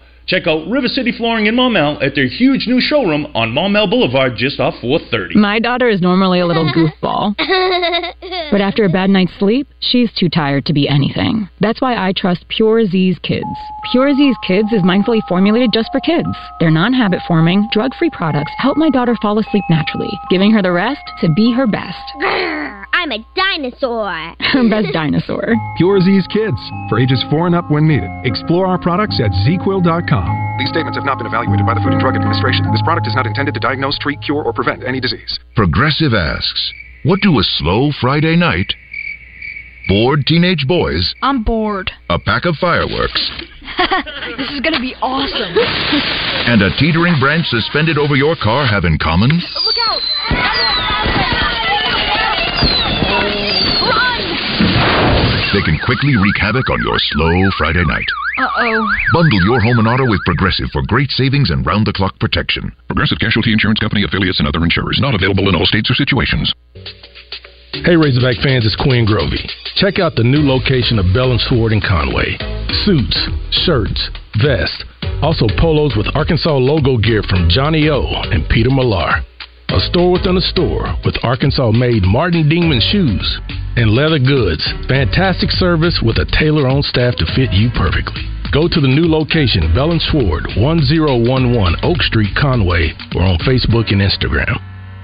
Check out River City Flooring in Maumelle at their huge new showroom on Maumelle Boulevard just off 430.
My daughter is normally a little goofball, but after a bad night's sleep, she's too tired to be anything. That's why I trust Pure Z's Kids. Pure Z's Kids is mindfully formulated just for kids. Their non habit forming, drug free products help my daughter fall asleep naturally, giving her the rest to be her best.
I'm a dinosaur.
best dinosaur.
Pure Z's Kids for ages four and up when needed. Explore our products at zquil.com.
These statements have not been evaluated by the Food and Drug Administration. This product is not intended to diagnose, treat, cure, or prevent any disease.
Progressive asks, What do a slow Friday night, bored teenage boys,
I'm bored.
a pack of fireworks,
this is going to be awesome.
and a teetering branch suspended over your car have in common?
Look out!
They can quickly wreak havoc on your slow Friday night.
Uh oh.
Bundle your home and auto with Progressive for great savings and round the clock protection.
Progressive Casualty Insurance Company affiliates and other insurers. Not available in all states or situations.
Hey Razorback fans, it's Quinn Grovey. Check out the new location of Bell and Sword in Conway. Suits, shirts, vests, also polos with Arkansas logo gear from Johnny O and Peter Millar. A store within a store with Arkansas made Martin Dingman shoes and leather goods. Fantastic service with a tailor on staff to fit you perfectly. Go to the new location, Bell and Sword, 1011 Oak Street, Conway, or on Facebook and Instagram.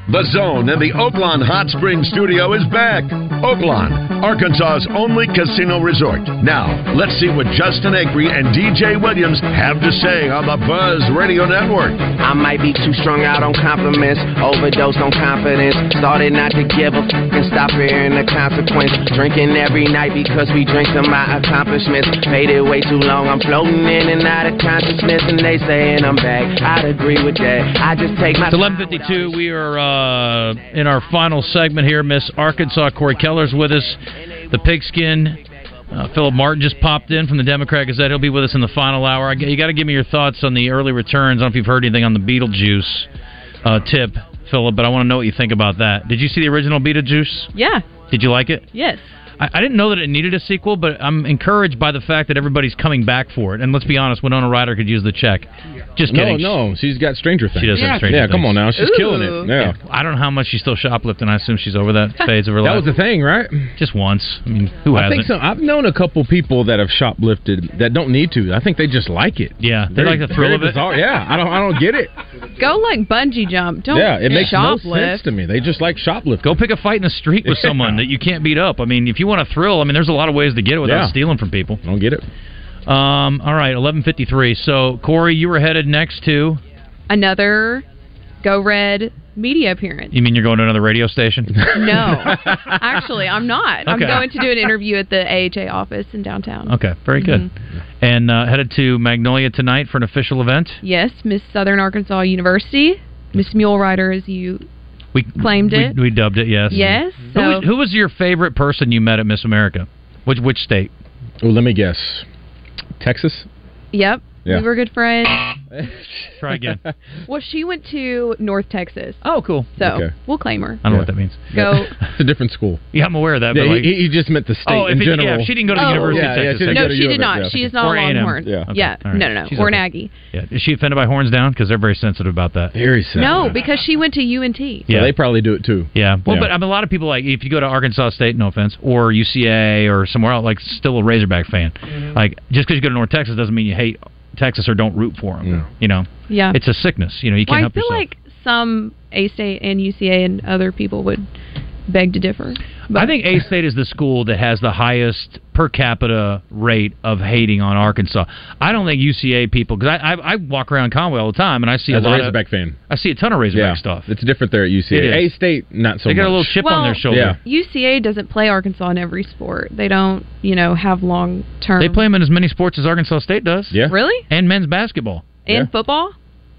The Zone and the Oaklawn Hot Springs Studio is back. Oaklawn, Arkansas's only casino resort. Now, let's see what Justin Akre and DJ Williams have to say on the Buzz Radio Network.
I might be too strung out on compliments, overdosed on confidence. Started not to give a f- and stop fearing the consequence. Drinking every night because we drink to my accomplishments. Made it way too long, I'm floating in and out of consciousness, and they saying I'm back. I'd agree with that. I just take my
It's 11:52. We are uh, in our final segment here. Miss Arkansas Corey Keller's with us. The pigskin. Uh, Philip Martin just popped in from the Democrat Gazette. He'll be with us in the final hour. I, you got to give me your thoughts on the early returns. I don't know if you've heard anything on the Beetlejuice uh, tip, Philip, but I want to know what you think about that. Did you see the original Beetlejuice?
Yeah.
Did you like it?
Yes.
I, I didn't know that it needed a sequel, but I'm encouraged by the fact that everybody's coming back for it. And let's be honest, Winona Ryder could use the check. Just
No,
kidding.
no, she's got Stranger Things.
She does have Stranger
Yeah, come
Things.
on now, she's killing it. Yeah.
I don't know how much she's still shoplifting. I assume she's over that phase of her
That
life.
was the thing, right?
Just once. I mean, who
I
hasn't?
think so. I've known a couple people that have shoplifted that don't need to. I think they just like it.
Yeah, they
Very-
like the thrill
very
of it.
bizarre. Yeah, I don't. I don't get it.
Go like bungee jump. Don't
yeah, it makes
shoplift.
no sense to me. They just like shoplift.
Go pick a fight in the street with someone that you can't beat up. I mean, if you want a thrill, I mean, there's a lot of ways to get it without
Yeah.
stealing from people.
I don't get it.
Um, all right, 11:53. So, Corey, you were headed next to.
Another Go Red media appearance.
You mean you're going to another radio station?
No, actually, I'm not. I'm
Okay.
going to do an interview at the AHA office in downtown. Mm-hmm.
Okay, very good. And uh, headed to Magnolia tonight for an official event.
Yes, Miss Southern Arkansas University. Miss Mule Rider, as you
We
Claimed
we-
it?
We, dubbed it. Yes.
Yes,
Who, was,
so-
who was your favorite person you met at Miss America? Which which state?
Oh, let me guess. Texas.
Yep.
Yeah.
We were good friends.
Try again. I
Well, she went to North Texas.
Oh, cool.
So
Okay.
we'll claim her.
don't know what that means.
Go.
It's a different school.
Yeah, I'm aware of that.
Yeah,
but
he-
like-
he, he just meant the state
Oh, if
in
it- yeah, if
general.
she didn't go to the
Oh,
University of
yeah, yeah,
Texas,
she didn't
I
go
guess.
to
No,
U of
She
X,
did
yeah.
not. She is not
Or
a
A&M.
Longhorn.
Yeah.
Yeah.
Okay. All right.
No, no, no.
She's
or
okay.
an Aggie.
Yeah. Is she offended by horns down? Because they're very sensitive about that.
Very sensitive.
No, because she went to UNT.
Yeah,
they probably do it too.
Yeah. Well,
Yeah.
but I mean, a lot of people like if you go to Arkansas State, no offense, or UCA or somewhere else, like still a Razorback fan.
Mm-hmm.
Like just because you go to North Texas doesn't mean you hate Texas or don't root for them. You know.
Yeah.
It's a sickness. You know, you can't
Well, I
help
feel
yourself.
like some A State and UCA and other people would beg to differ.
I think A State is the school that has the highest per capita rate of hating on Arkansas. I don't think UCA people because I, I I walk around Conway all the time and I see
As
a
a
lot
Razorback
of,
fan.
I see a ton of Razorback stuff.
It's different there at
It
UCA. A
is.
State, not so
They
much.
got a little chip on their shoulder.
Yeah.
UCA doesn't play Arkansas in every sport. They don't, you know, have long term.
They play them in as many sports as Arkansas State does.
Yeah.
um, Really?
And men's basketball.
and football.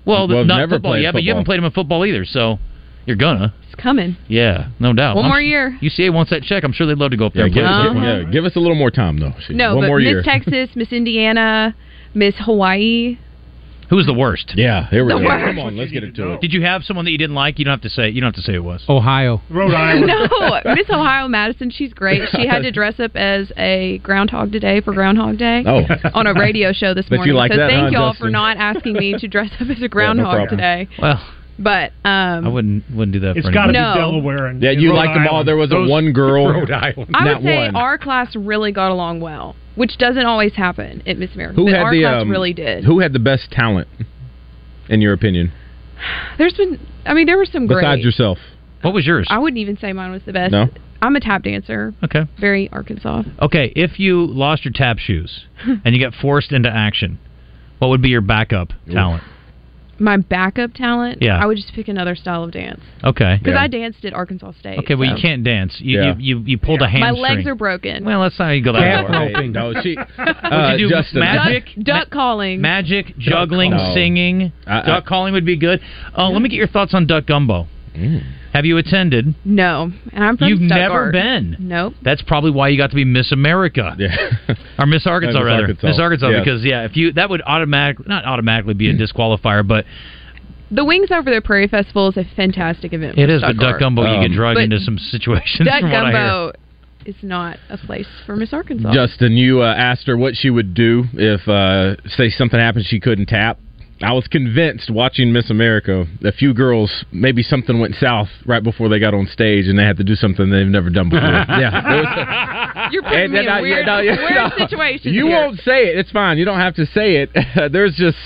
Well,
Well,
not
never
football,
played
yeah, but you
football.
haven't played them in football either, so you're gonna.
It's coming.
Yeah, no doubt.
One
Oh, I'm
more
su-
year.
UCA wants that check. I'm sure they'd love to go up there.
Yeah,
and
give,
play
us-
football.
Uh-huh.
yeah, give us a little more time though.
No,
One
but
more
Miss
year.
Texas, Miss Indiana, Miss Hawaii.
Who's the worst?
Yeah, here
we The go. worst.
Come on, let's get it to it.
Did you have someone that you didn't like? You don't have to say. You don't have to say who it was.
Ohio.
Rhode
no, Miss Ohio Madison, she's great. She had to dress up as a groundhog today for Groundhog Day
Oh.
on a radio show this
Bet you
morning.
like
so
that,
thank
huh,
y'all for
Justin?
not asking me to dress up as a groundhog
problem.
today.
Well,
But um,
I wouldn't wouldn't do that.
It's
for
gotta
anyone.
be No. Delaware and-
Yeah,
and
you
Rhode
liked them all.
Island.
There wasn't
Those-
one girl.
Rhode Island.
I
not
would say
one.
our class really got along well, which doesn't always happen at Miss America.
who
but
had
our
the
class
um,
really did.
Who had the best talent, in your opinion,
There's been, I mean, there were some great.
besides yourself?
What was yours?
I wouldn't even say mine was the best.
No?
I'm a tap dancer.
Okay.
Very Arkansas.
Okay, if you lost your tap shoes and you got forced into action, what would be your backup talent?
My backup talent.
Yeah.
I would just pick another style of dance
Okay.
because I danced at Arkansas State.
Okay, well
so.
you can't dance. You
Yeah.
you, you, you pulled a
My
hamstring.
legs are broken.
Well, that's not how you go that
Cap
far.
roping. No, she-
Would you do
Justin.
magic,
duck calling.
magic, juggling,
No.
singing?
Oh. I- I-
duck calling would be good. Oh, let me get your thoughts on duck gumbo.
Mm.
Have you attended?
No, and I'm from
You've never
Stuttgart.
been.
Nope.
That's probably why you got to be Miss America, or Miss Arkansas
Miss
rather,
Arkansas. Mm.
Miss Arkansas.
Yeah.
Because yeah, if you that would automatic not automatically be a disqualifier, but
The Wings Over the Prairie Festival is a fantastic event.
it
for
is. But duck
Stuttgart.
gumbo, you
Um,
get dragged
But
into some situations.
Duck
from what I hear.
gumbo is not a place for Miss Arkansas.
Justin, you uh, asked her what she would do if, uh, say, something happened she couldn't tap. I was convinced watching Miss America, a few girls, maybe something went south right before they got on stage and they had to do something they've never done before. yeah. there was-
You're
putting
me in
no, yeah,
weird,
no, yeah,
weird
no.
situations
You
here.
won't say it. It's fine. You don't have to say it. There's just,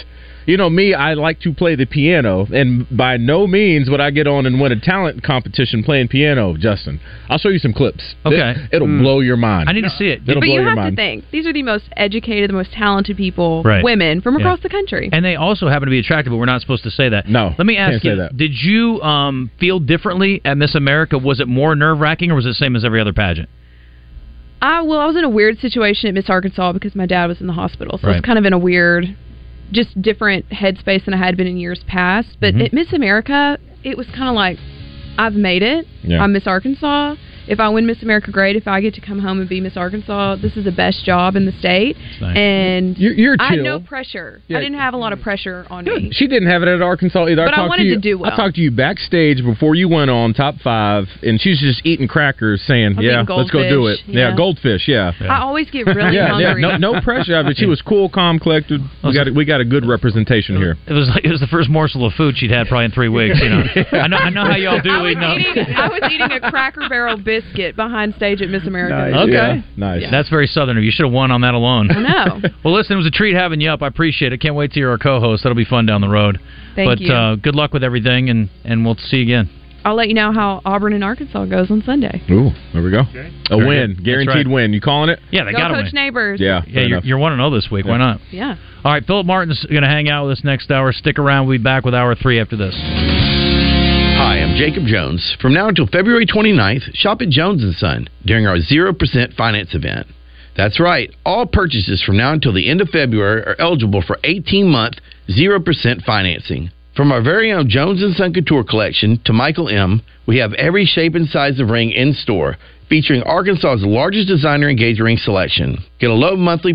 you know, me, I like to play the piano, and by no means would I get on and win a talent competition playing piano, Justin. I'll show you some clips.
Okay. Mm.
It, will blow your mind.
I need to see it.
It'll
but
blow
you
your
have to
mind.
think these are the most educated, the most talented people,
Right.
women from
Yeah.
across the country.
And they also happen to be attractive, but we're not supposed to say that. No. Let me ask
can't say
you:
that.
Did you um, feel differently at Miss America? Was it more nerve wracking, or was it the same as every other pageant?
I well, I was in a weird situation at Miss Arkansas because my dad was in the hospital, so I
Right.
was kind of in a weird, just different headspace than I had been in years past. But
Mm-hmm.
Mhm.
at Miss America, it was kind of like, I've made it.
Yeah.
I'm Miss Arkansas. If I win Miss America, great. If I get to come home and be Miss Arkansas, this is the best job in the state.
nice.
And
You're- you're
I had no
chill.
pressure.
Yeah.
I didn't have a lot of pressure on me.
She didn't have it at Arkansas either.
But I
talked
wanted
you,
to do well.
I talked to you backstage before you went on top five, and she's just eating crackers, saying,
I'm
"Yeah,
eating
let's go do it."
goldfish,
Yeah,
yeah.
goldfish. Yeah.
I always get really
yeah, yeah,
hungry.
no, no pressure. I mean, she was cool, calm, collected. We got a- we got a good representation here.
It was like it was the first morsel of food she'd had probably in three weeks. You know, I know I know how y'all do leading up.
I was eating a Cracker Barrel biscuit behind stage at Miss America.
Okay,
nice.
That's very southern. of You You should have won on that alone.
I know.
Well, listen, it was a treat having you up. I appreciate it. Can't wait to hear our co-host. That'll be fun down the road.
Thank
but
you.
Uh, good luck with everything, and and we'll see you again.
I'll let you know how Auburn and Arkansas goes on Sunday.
Ooh, there we go. A
Very
win,
good. That's
guaranteed
right.
win. You calling it?
Yeah, they
Go
got to
coach
win.
neighbors.
yeah. You're,
enough.
you're one and zero this week. Why not?
Yeah.
All right, Philip Martin's going to hang out with us next hour. Stick around. We'll be back with hour three after this.
Hi, I'm Jacob Jones. From now until February 29th, shop at Jones & Son during our 0% finance event. That's right. All purchases from now until the end of February are eligible for 18-month 0% financing. From our very own Jones & Son Couture collection to Michael M, we have every shape and size of ring in store, featuring Arkansas's largest designer engaged ring selection. Get a low monthly